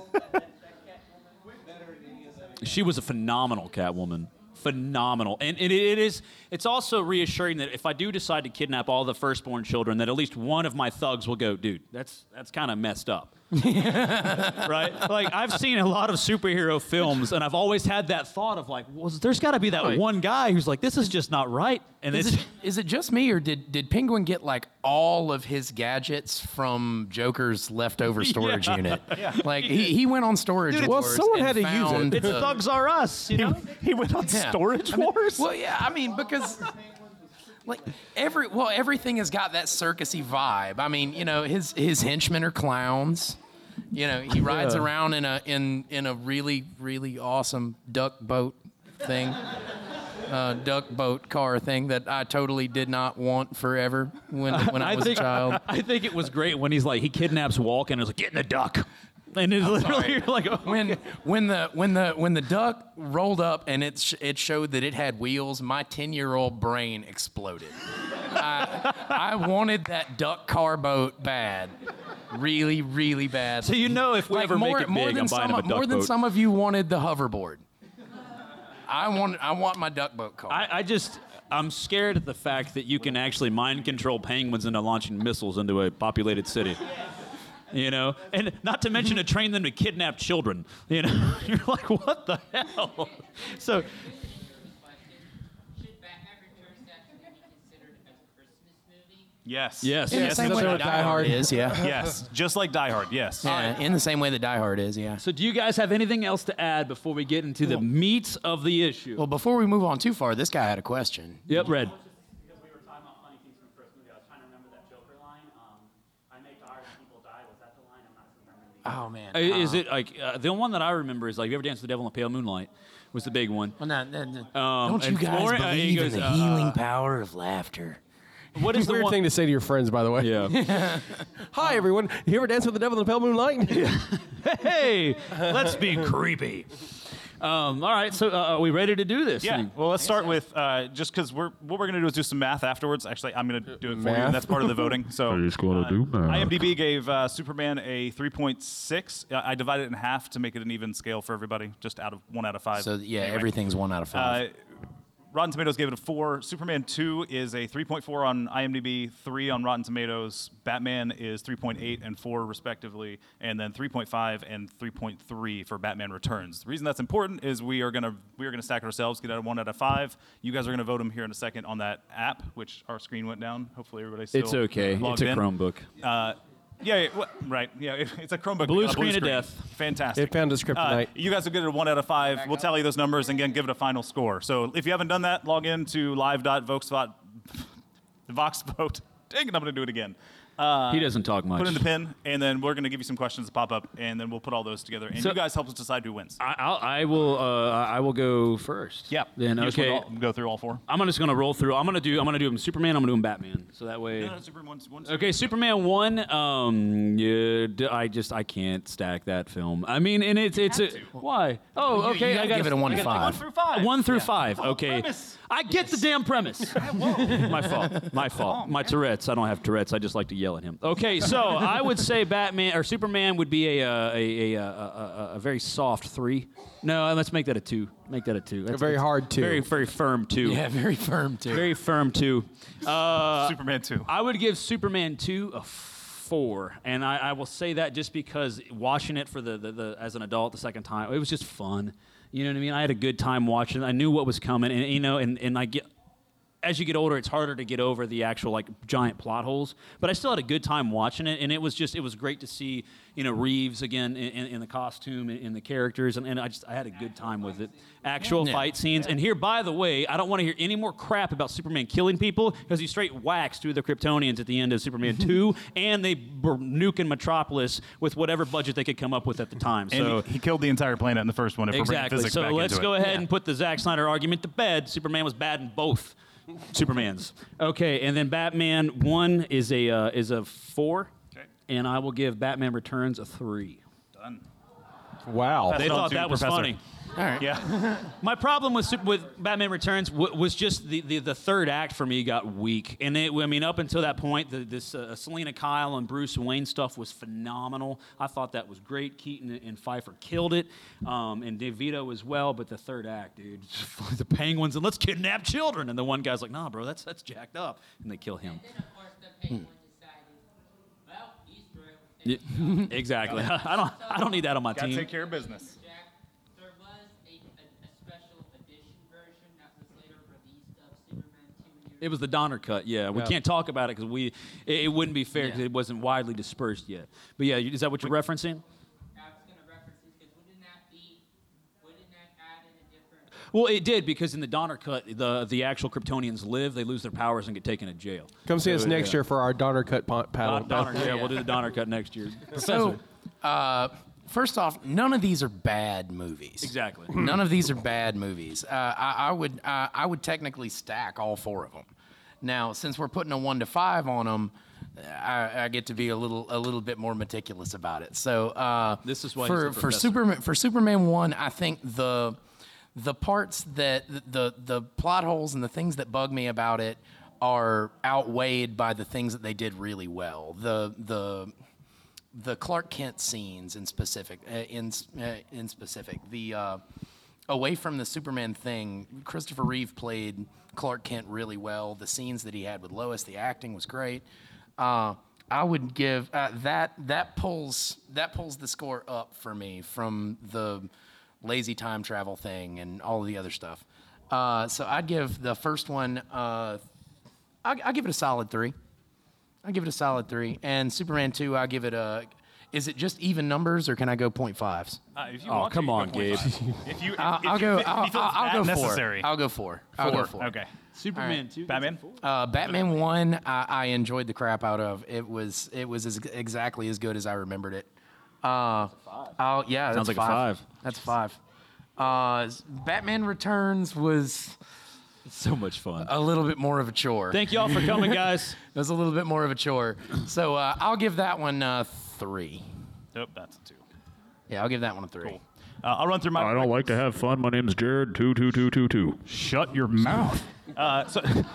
Speaker 6: She was a phenomenal Catwoman. Phenomenal. And, and it is, it's also reassuring that if I
Speaker 4: [LAUGHS]
Speaker 6: do decide to kidnap all the firstborn children, that at least one of my thugs will go, dude, that's, that's kind of messed up. right? Like I've seen a lot of superhero films, and I've always had that thought of like, well, there's got to be that
Speaker 4: Right.
Speaker 6: one guy who's like, this is just not right, and
Speaker 4: Is
Speaker 6: it's
Speaker 4: it, is it just me, or did, did Penguin get like all of his gadgets from Joker's leftover storage unit? Yeah. Like he, he went on storage
Speaker 5: Dude, it's-
Speaker 4: wars.
Speaker 5: well, someone
Speaker 4: and
Speaker 5: had to use it.
Speaker 4: found
Speaker 6: it's
Speaker 4: the-
Speaker 6: thugs are us,
Speaker 4: [LAUGHS]
Speaker 6: you know.
Speaker 7: He went on
Speaker 4: Yeah.
Speaker 7: storage
Speaker 4: I mean-
Speaker 7: wars.
Speaker 4: Well, yeah, I mean because like every well everything has got that circusy vibe. I mean, you know, his his henchmen are clowns. You know, he rides around in a in in a really really awesome duck boat thing. Uh, duck boat car thing that I totally did not want forever when when [LAUGHS] I, was
Speaker 6: think,
Speaker 4: a child.
Speaker 6: I think it was great when he's like, he kidnaps Walk and is like, get in the duck. And it's literally you're [LAUGHS] like, oh.
Speaker 4: when when the when the when the duck rolled up and it sh- it showed that it had wheels, my ten year old brain exploded. I, I wanted that duck car boat bad, really really bad.
Speaker 6: So you know if we ever make
Speaker 4: more,
Speaker 6: it
Speaker 4: more
Speaker 6: big,
Speaker 4: than
Speaker 6: I'm buying
Speaker 4: some,
Speaker 6: him a
Speaker 4: of- more
Speaker 6: duck
Speaker 4: than
Speaker 6: boat.
Speaker 4: some of you wanted the hoverboard. I want I want my duck boat car.
Speaker 6: I, I just, I'm scared at the fact that you can actually mind control penguins into launching missiles into a populated city. You know, and not to mention to train them to kidnap children. You know, [LAUGHS] you're like, what the hell? So,
Speaker 11: Should Batman Returns actually be considered a Christmas movie?
Speaker 7: Yes.
Speaker 6: yes,
Speaker 4: in the
Speaker 6: yes.
Speaker 4: same way
Speaker 8: that's
Speaker 4: that
Speaker 8: what
Speaker 4: Die,
Speaker 8: Die Hard-
Speaker 4: Hard is, yeah.
Speaker 7: Yes. Just like Die Hard. Yes.
Speaker 4: yeah. In the same way that Die Hard is, yeah.
Speaker 6: So, do you guys have anything else to add before we get into the meat of the issue?
Speaker 4: Well, before we move on too far, this guy had a question.
Speaker 6: yep, Red.
Speaker 9: Because we were talking about funny things from the first movie, I was trying to remember that Joker line. Um, I make the hardest people die. Was that the line? I'm not remembering. the-
Speaker 4: Oh man.
Speaker 6: Uh, Is it like uh, the one that I remember is like "You Ever Dance with the Devil in the Pale Moonlight" was the big one.
Speaker 4: Well, no, no, no.
Speaker 6: Um,
Speaker 4: Don't you
Speaker 6: and
Speaker 4: guys
Speaker 6: Florence- uh, he
Speaker 4: believe
Speaker 6: goes,
Speaker 4: in the
Speaker 6: uh,
Speaker 4: healing power of laughter?
Speaker 6: What
Speaker 4: [LAUGHS]
Speaker 6: is the
Speaker 8: Weird
Speaker 6: one?
Speaker 8: thing to say to your friends, by the way.
Speaker 6: yeah.
Speaker 8: [LAUGHS] Hi, everyone. You ever dance with the devil in the pale moonlight?
Speaker 6: [LAUGHS] hey, let's be creepy. Um, all right, so uh, are we ready to do this?
Speaker 7: Yeah.
Speaker 6: thing?
Speaker 7: Well, let's start with uh, just because we're what we're gonna do is do some math afterwards. Actually, I'm gonna do it for you.
Speaker 8: Math?
Speaker 7: And that's part of the voting.
Speaker 12: [LAUGHS]
Speaker 7: So uh,
Speaker 12: He's gonna do math.
Speaker 7: IMDb gave uh, Superman a 3.6. Uh, I divided it in half to make it an even scale for everybody, just out of one out of five.
Speaker 4: So yeah,
Speaker 7: Anyway.
Speaker 4: everything's one out of five.
Speaker 7: Uh, Rotten Tomatoes gave it a four. Superman 2 is a 3.4 on IMDb, three on Rotten Tomatoes. Batman is 3.8 and four, respectively, and then 3.5 and 3.3 for Batman Returns. The reason that's important is we are gonna we are gonna stack it ourselves, get out of one out of five. You guys are gonna vote them here in a second on that app, which our screen went down. Hopefully everybody's still
Speaker 6: it's okay.
Speaker 7: logged
Speaker 6: It's a
Speaker 7: in.
Speaker 6: Chromebook.
Speaker 7: Uh, yeah, yeah wha- right. Yeah, [LAUGHS] it- it's a Chromebook.
Speaker 6: Blue
Speaker 7: a
Speaker 6: screen of death.
Speaker 7: Fantastic.
Speaker 8: It found a script
Speaker 7: Uh,
Speaker 8: tonight.
Speaker 7: you guys will get it a one out of five. We'll tally those numbers and again give it a final score. So if you haven't done that, log in to [LAUGHS] live.voxvote. Voxvote. Dang it, I'm going to do it again. Uh,
Speaker 6: he doesn't talk much.
Speaker 7: Put in the pin, and then we're going to give you some questions to pop up, and then we'll put all those together. And
Speaker 6: So-
Speaker 7: you guys help us decide who wins.
Speaker 6: I, I'll, I will. Uh, I will go first.
Speaker 7: yeah.
Speaker 6: Then
Speaker 7: You just wanna
Speaker 6: okay.
Speaker 7: all- go through all four.
Speaker 6: I'm just gonna roll through. I'm gonna do. I'm gonna do him Superman. I'm gonna do him Batman. So that way.
Speaker 7: No, no, Superman one's- one's-
Speaker 6: Okay, Superman one. Um, yeah, d- I just I can't stack that film. I mean, and it's it's a, why? Oh,
Speaker 4: Uh, You-
Speaker 6: okay.
Speaker 4: you
Speaker 6: I
Speaker 4: gotta
Speaker 6: got
Speaker 4: give it a one to
Speaker 7: One
Speaker 4: five.
Speaker 7: through five.
Speaker 6: One through five. Okay,
Speaker 7: premise.
Speaker 6: I get the
Speaker 7: [LAUGHS]
Speaker 6: damn premise. [LAUGHS] my fault. My fault. My Tourette's. I don't have Tourette's. I just like to yell at him. Okay, so I would say Batman or Superman would be a uh, a a, a, a, a very soft three. No, let's make that a two. Make that a two. That's-
Speaker 8: very
Speaker 6: that's-
Speaker 8: hard two.
Speaker 6: Very very firm two.
Speaker 4: Yeah, [LAUGHS] very firm too.
Speaker 6: Very firm two. Uh,
Speaker 7: Superman 2.
Speaker 6: I would give Superman two a four, and I, I will say that just because watching it for the, the, the as an adult the second time, it was just fun. You know what I mean? I had a good time watching. it. I knew what was coming, and you know, and, and I get as you get older, it's harder to get over the actual like giant plot holes. But I still had a good time watching it, and it was just it was great to see you know Reeves again in, in, in the costume and in the characters, and, and I just I had a good time with it. Actual
Speaker 4: Yeah.
Speaker 6: fight scenes, and here by the way, I don't want to hear any more crap about Superman killing people because he straight whacks through the Kryptonians at the end of Superman two, and they were nuking Metropolis with whatever budget they could come up with at the time.
Speaker 7: And
Speaker 6: So.
Speaker 7: he, he killed the entire planet in the first one. If We're bringing
Speaker 6: Exactly.
Speaker 7: physics
Speaker 6: So
Speaker 7: back
Speaker 6: let's
Speaker 7: into
Speaker 6: go
Speaker 7: it.
Speaker 6: ahead and put the Zack Snyder argument to bed. Superman was bad in both [LAUGHS] Supermans. Okay, and then Batman One is a uh, is a four,
Speaker 7: Okay.
Speaker 6: and I will give Batman Returns a three.
Speaker 7: Done.
Speaker 8: Wow.
Speaker 7: Pass
Speaker 6: They
Speaker 7: it on
Speaker 6: thought
Speaker 7: to
Speaker 6: that was
Speaker 7: Professor.
Speaker 6: funny.
Speaker 7: Yeah.
Speaker 6: My problem with Sup- with Batman Returns w- was just the, the, the third act for me got weak, and it, I mean up until that point, the, this uh, Selena Kyle and Bruce Wayne stuff was phenomenal. I thought that was great. Keaton and Pfeiffer killed it, um, and DeVito as well. But the third act, dude, [LAUGHS] the Penguins and let's kidnap children, and the one guy's like, Nah, bro,
Speaker 7: [LAUGHS]
Speaker 6: that's that's jacked up, and they kill him.
Speaker 11: Then, of course, the penguin decided, well, he's through. and
Speaker 6: Yeah, exactly. [LAUGHS] I don't. I don't need that on my
Speaker 7: Gotta
Speaker 6: team.
Speaker 7: take care of business.
Speaker 11: Jack, there was a, a, a special edition version that was later released of Superman 2.
Speaker 6: It was the Donner cut. Yeah, we
Speaker 11: Yeah.
Speaker 6: can't talk about it because we. It, it wouldn't be fair because
Speaker 11: Yeah.
Speaker 6: it wasn't widely dispersed yet. But yeah, is that what you're referencing?
Speaker 11: I was going to reference this because wouldn't that be, wouldn't that add in a different,
Speaker 6: Well, it did because in the Donner cut, the the actual Kryptonians live. They lose their powers and get taken to jail.
Speaker 5: Come see
Speaker 6: So,
Speaker 5: us next
Speaker 6: yeah.
Speaker 5: year for our Donner Cut pa- paddle.
Speaker 6: Don- Donner, yeah, we'll do the Donner cut next year.
Speaker 4: So,
Speaker 6: Professor.
Speaker 4: uh, first off, none of these are bad movies.
Speaker 6: Exactly.
Speaker 4: [CLEARS THROAT] None of these are bad movies. Uh, I, I would uh, I would technically stack all four of them. Now, since we're putting a one to five on them, I, I get to be a little a little bit more meticulous about it. So uh,
Speaker 6: This is why he's
Speaker 4: for
Speaker 6: the
Speaker 4: for
Speaker 6: professor.
Speaker 4: Superman for Superman one, I think the the parts that the the plot holes and the things that bug me about it are outweighed by the things that they did really well. The the the Clark Kent scenes in specific uh, in uh, in specific the uh, away from the Superman thing Christopher Reeve played Clark Kent really well the scenes that he had with Lois the acting was great uh, I would give uh, that that pulls that pulls the score up for me from the lazy time travel thing and all of the other stuff uh, so I'd give the first one uh, I'll, I'll give it a solid three I give it a solid three. And Superman two, I give it a. Is it just even numbers or can I go point fives?
Speaker 7: Uh, if you
Speaker 6: Oh,
Speaker 7: want to,
Speaker 6: come
Speaker 7: you can
Speaker 6: on,
Speaker 7: go point
Speaker 6: Gabe. Uh,
Speaker 7: five. If you, if,
Speaker 4: I'll,
Speaker 7: if
Speaker 4: I'll
Speaker 7: you
Speaker 4: go.
Speaker 7: fe- if you
Speaker 4: I'll,
Speaker 7: feel it's
Speaker 4: I'll- I'll go
Speaker 7: that
Speaker 4: necessary.
Speaker 7: necessary.
Speaker 4: four. I'll go four. I'll go four.
Speaker 7: Okay.
Speaker 6: Superman
Speaker 4: Alright.
Speaker 6: two.
Speaker 7: Batman.
Speaker 4: Uh, Batman one, I, I enjoyed the crap out of. It was it was as, exactly as good as I remembered it. Uh, I'll, yeah, that's
Speaker 6: Sounds like a five.
Speaker 4: That's a five. Uh, s- Batman Returns was
Speaker 6: So much fun.
Speaker 4: a little bit more of a chore.
Speaker 6: Thank y'all for coming, guys.
Speaker 4: It was a little bit more of a chore. So uh, I'll give that one uh, three.
Speaker 7: Nope, that's a two.
Speaker 4: Yeah, I'll give that one a three.
Speaker 7: Uh, I'll run through my.
Speaker 12: I don't like to have fun. My name's Jared. Two two two two two.
Speaker 7: Shut your mouth. uh, so, [LAUGHS]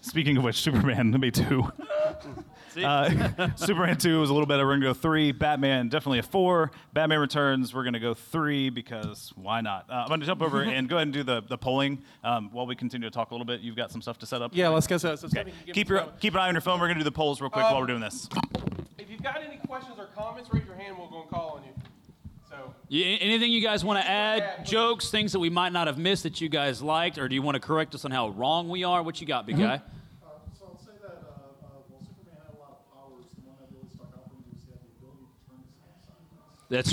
Speaker 7: speaking of which, Superman, let me two. Uh, [LAUGHS] Superman 2 was a little better. We're going to go 3. Batman, definitely a 4. Batman Returns, we're going to go 3 because why not? Uh, I'm going to jump over and go ahead and do the, the polling um, while we continue to talk a little bit. You've got some stuff to set up.
Speaker 5: Yeah, let's get set.
Speaker 7: Okay. Keep, your, keep an eye on your phone. We're going to do the polls real quick while we're doing this.
Speaker 5: If you've got any questions or comments, raise your hand. We'll go and call on you. So
Speaker 6: Yeah, a- anything you guys want to add? Jokes, things that we might not have missed that you guys liked, or do you want to correct us on how wrong we are? What you got, big guy?
Speaker 13: Uh, so I'll say that, uh, uh, well, Superman had a lot of powers. The one that really stuck out for me was he had the ability to turn his head sideways.
Speaker 6: That's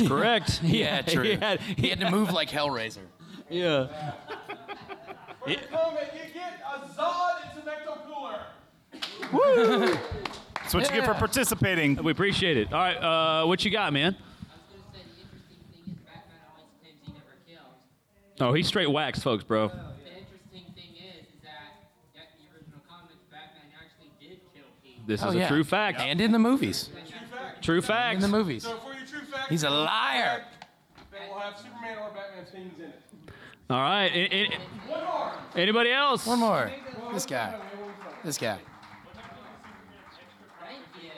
Speaker 4: [LAUGHS]
Speaker 6: correct. [LAUGHS]
Speaker 4: Yeah, true.
Speaker 6: He had, he had
Speaker 4: [LAUGHS] to move like Hellraiser.
Speaker 6: yeah.
Speaker 5: for the comment, you get a Zod and some Ecto Cooler.
Speaker 7: That's what you get for participating.
Speaker 6: [LAUGHS]
Speaker 7: [LAUGHS]
Speaker 6: We appreciate it. All right, uh, what you got,
Speaker 11: I was
Speaker 6: man?
Speaker 11: going to say the interesting thing is Batman always claims he never killed.
Speaker 6: Oh, he's straight waxed, folks, bro.
Speaker 11: The interesting thing is, is that, that the original comics, Batman actually did kill King.
Speaker 6: This
Speaker 4: Oh,
Speaker 6: is a
Speaker 4: yeah.
Speaker 6: true fact.
Speaker 4: And in the movies.
Speaker 6: True fact.
Speaker 4: In the movies.
Speaker 5: So for your true fact, uh,
Speaker 4: He's a liar.
Speaker 5: They will have Superman or Batman's things in it.
Speaker 6: All right. a- a- anybody else?
Speaker 4: One more. This guy. This guy.
Speaker 11: Thank you.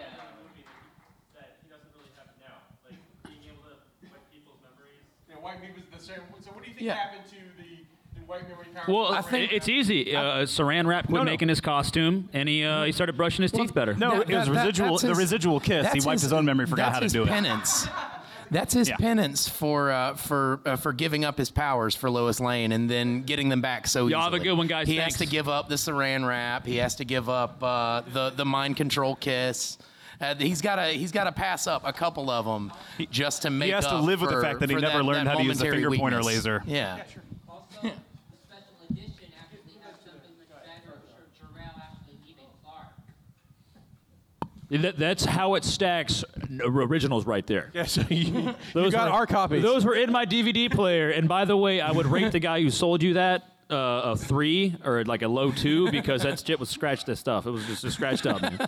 Speaker 9: That he doesn't really have now, like being able to wipe people's memories.
Speaker 5: You know, white people's the same. So what do you think
Speaker 4: Yeah.
Speaker 5: happened to the, the white memory power?
Speaker 6: Well,
Speaker 4: I think-
Speaker 6: it's easy. Uh, Saran Wrap quit
Speaker 7: No, no.
Speaker 6: making his costume, and he uh, he started brushing his teeth better.
Speaker 7: No,
Speaker 4: That-
Speaker 7: it was
Speaker 4: that- that-
Speaker 7: residual.
Speaker 4: that's
Speaker 7: the
Speaker 4: his-
Speaker 7: residual kiss. He
Speaker 4: that's
Speaker 7: wiped his, own memory, forgot
Speaker 4: that's
Speaker 7: how to
Speaker 4: his
Speaker 7: do it.
Speaker 4: penance. That's his
Speaker 7: Yeah.
Speaker 4: penance for uh, for uh, for giving up his powers for Lois Lane and then getting them back so
Speaker 6: Y'all have a
Speaker 4: easily.
Speaker 6: good one, guys.
Speaker 4: He
Speaker 6: Thanks.
Speaker 4: has to give up the Saran wrap. He has to give up uh, the the mind control kiss. Uh, he's got to he's got to pass up a couple of them just to make
Speaker 7: has to
Speaker 4: up
Speaker 7: live with the
Speaker 4: for-
Speaker 7: fact that he
Speaker 4: for
Speaker 7: never learned
Speaker 4: that
Speaker 7: how to use a
Speaker 4: momentary
Speaker 7: finger pointer
Speaker 4: weakness.
Speaker 7: laser.
Speaker 4: Yeah.
Speaker 11: Also, the special edition actually has something much better. Sure, Jarrell actually leaving Clark.
Speaker 6: That, that's how it stacks n- originals right there.
Speaker 5: yeah, so you,
Speaker 6: Those
Speaker 5: got
Speaker 6: were-
Speaker 5: our copies.
Speaker 6: Those were in my DVD player. And by the way, I would rate the guy who sold you that uh, a three or like a low two because that shit was scratched as stuff. It was just scratched up. man.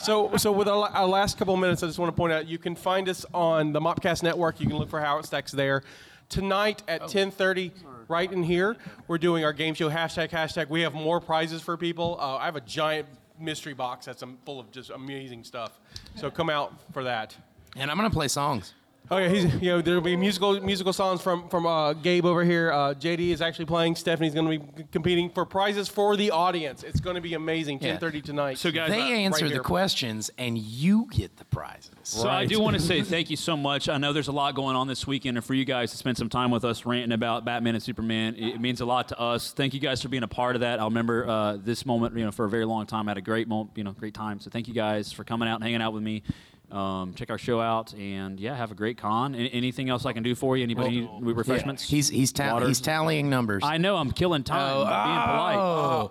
Speaker 5: So, so with our, la- our last couple of minutes, I just want to point out you can find us on the Mopcast Network. You can look for How It Stacks there. Tonight at 10:30, right in here, we're doing our game show hashtag hashtag. We have more prizes for people. Uh, I have a giant mystery box that's um, full of just amazing stuff. So come out for that.
Speaker 4: And I'm gonna play songs.
Speaker 5: Oh yeah, he's [LAUGHS] you know there'll be musical musical songs from from uh, Gabe over here. Uh, JD is actually playing. Stephanie's going to be c- competing for prizes for the audience. It's going to be amazing.
Speaker 4: Yeah.
Speaker 5: 10:30 tonight.
Speaker 4: So
Speaker 6: uh,
Speaker 4: guys, uh, They I- answer the questions and you get the prizes.
Speaker 6: So I do
Speaker 4: [LAUGHS]
Speaker 6: want to say thank you so much. I know there's a lot going on this weekend, and for you guys to spend some time with us ranting about Batman and Superman, it it means a lot to us. Thank you guys for being a part of that. I'll remember uh, this moment, you know, for a very long time. I had a great moment, you know, great time. So thank you guys for coming out and hanging out with me. Um, check our show out, and yeah, have a great con. A- anything else I can do for you? Anybody
Speaker 4: Well,
Speaker 6: need refreshments?
Speaker 4: He's he's, ta-
Speaker 6: Water?
Speaker 4: he's tallying numbers.
Speaker 6: I know I'm killing time
Speaker 4: Oh,
Speaker 6: by being polite.
Speaker 4: oh.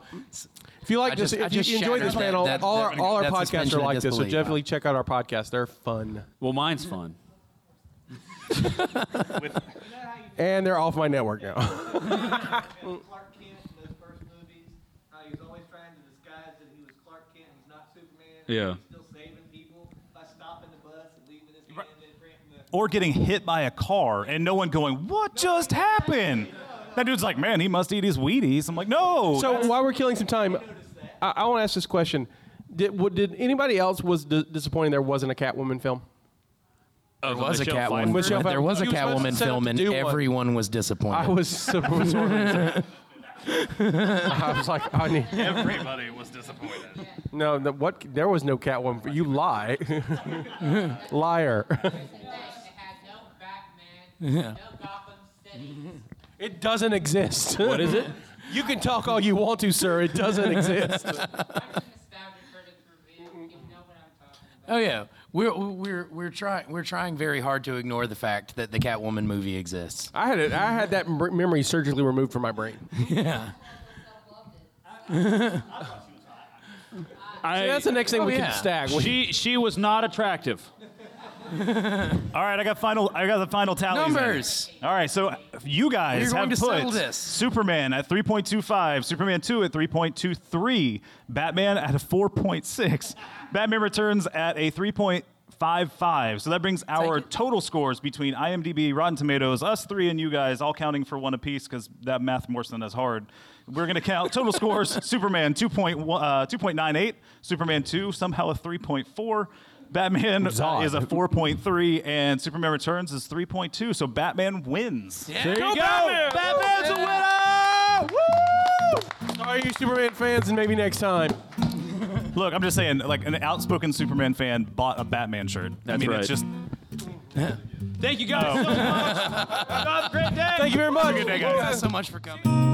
Speaker 5: If you like
Speaker 4: I
Speaker 5: this,
Speaker 4: just- I
Speaker 5: if you-
Speaker 4: just
Speaker 5: you enjoy
Speaker 4: shattered
Speaker 5: this
Speaker 4: that-
Speaker 5: panel,
Speaker 4: that-
Speaker 5: all
Speaker 4: that-
Speaker 5: our all our
Speaker 4: that
Speaker 5: podcasts
Speaker 4: suspension
Speaker 5: are
Speaker 4: of
Speaker 5: like this. So
Speaker 4: disbelief.
Speaker 5: definitely check out our podcasts. They're fun.
Speaker 6: Well, mine's fun.
Speaker 5: and they're off my network now. [LAUGHS]
Speaker 10: Clark Kent in those first movies, how he was always trying to disguise that he was Clark Kent and he's not Superman.
Speaker 7: Yeah.
Speaker 10: He's still saving people by stopping the bus and leaving his hand and granting the.
Speaker 7: Or getting hit by a car and no one going, "What just happened?" That dude's like, "Man, he must eat his Wheaties." I'm like, "No." [LAUGHS]
Speaker 5: so while we're killing some time, I, I want to ask this question: Did what, did anybody else was d- disappointed there wasn't a Catwoman film?
Speaker 4: There Oh, was a
Speaker 5: Michelle Pfeiffer.
Speaker 4: Catwoman.
Speaker 5: Michelle Pfeiffer.
Speaker 4: There was a
Speaker 5: She was supposed to
Speaker 4: Catwoman
Speaker 5: set up
Speaker 4: film,
Speaker 5: to
Speaker 4: and
Speaker 5: do one.
Speaker 4: everyone was disappointed.
Speaker 5: I was [LAUGHS] so I was like, I need.
Speaker 14: Everybody was disappointed.
Speaker 5: No, the, what? There was no Catwoman. for- You lie, liar. Yeah. It doesn't exist.
Speaker 6: What is it?
Speaker 5: You can talk all you want to, sir. It doesn't exist.
Speaker 4: Oh yeah, we're we're we're trying we're trying very hard to ignore the fact that the Catwoman movie exists.
Speaker 5: [LAUGHS] I had it. I had that br- memory surgically removed from my brain. [LAUGHS]
Speaker 4: Yeah.
Speaker 6: I-
Speaker 5: that's the next thing
Speaker 6: Oh,
Speaker 5: we
Speaker 6: yeah.
Speaker 5: can stack. We-
Speaker 6: She she was not attractive.
Speaker 7: All right, I got final. I got the final tallies. in.
Speaker 4: Numbers.
Speaker 7: All right, so you guys
Speaker 4: We're going
Speaker 7: have
Speaker 4: to settle
Speaker 7: put
Speaker 4: this.
Speaker 7: Superman at 3.25, Superman 2 at 3.23, Batman at a 4.6, Batman Returns at a 3.55. So that brings our total scores between IMDb, Rotten Tomatoes, us three, and you guys, all counting for one apiece because that math more than is hard. We're going to count
Speaker 4: [LAUGHS]
Speaker 7: total scores Superman 2.1, uh, 2.98, Superman 2, somehow a 3.4. Batman uh, is a 4.3 and Superman Returns is 3.2. So Batman wins.
Speaker 5: There you go.
Speaker 7: Batman's a
Speaker 5: winner! Woo! Sorry, you Superman fans, and maybe next time.
Speaker 7: Look, I'm just saying, like an outspoken Superman fan bought a Batman shirt. I
Speaker 6: That's
Speaker 7: mean,
Speaker 6: right.
Speaker 7: it's just.
Speaker 6: Thank you guys
Speaker 7: Oh.
Speaker 6: so much. Have a great day.
Speaker 5: Thank you very much.
Speaker 7: Good day, guys.
Speaker 4: Thanks so much for coming.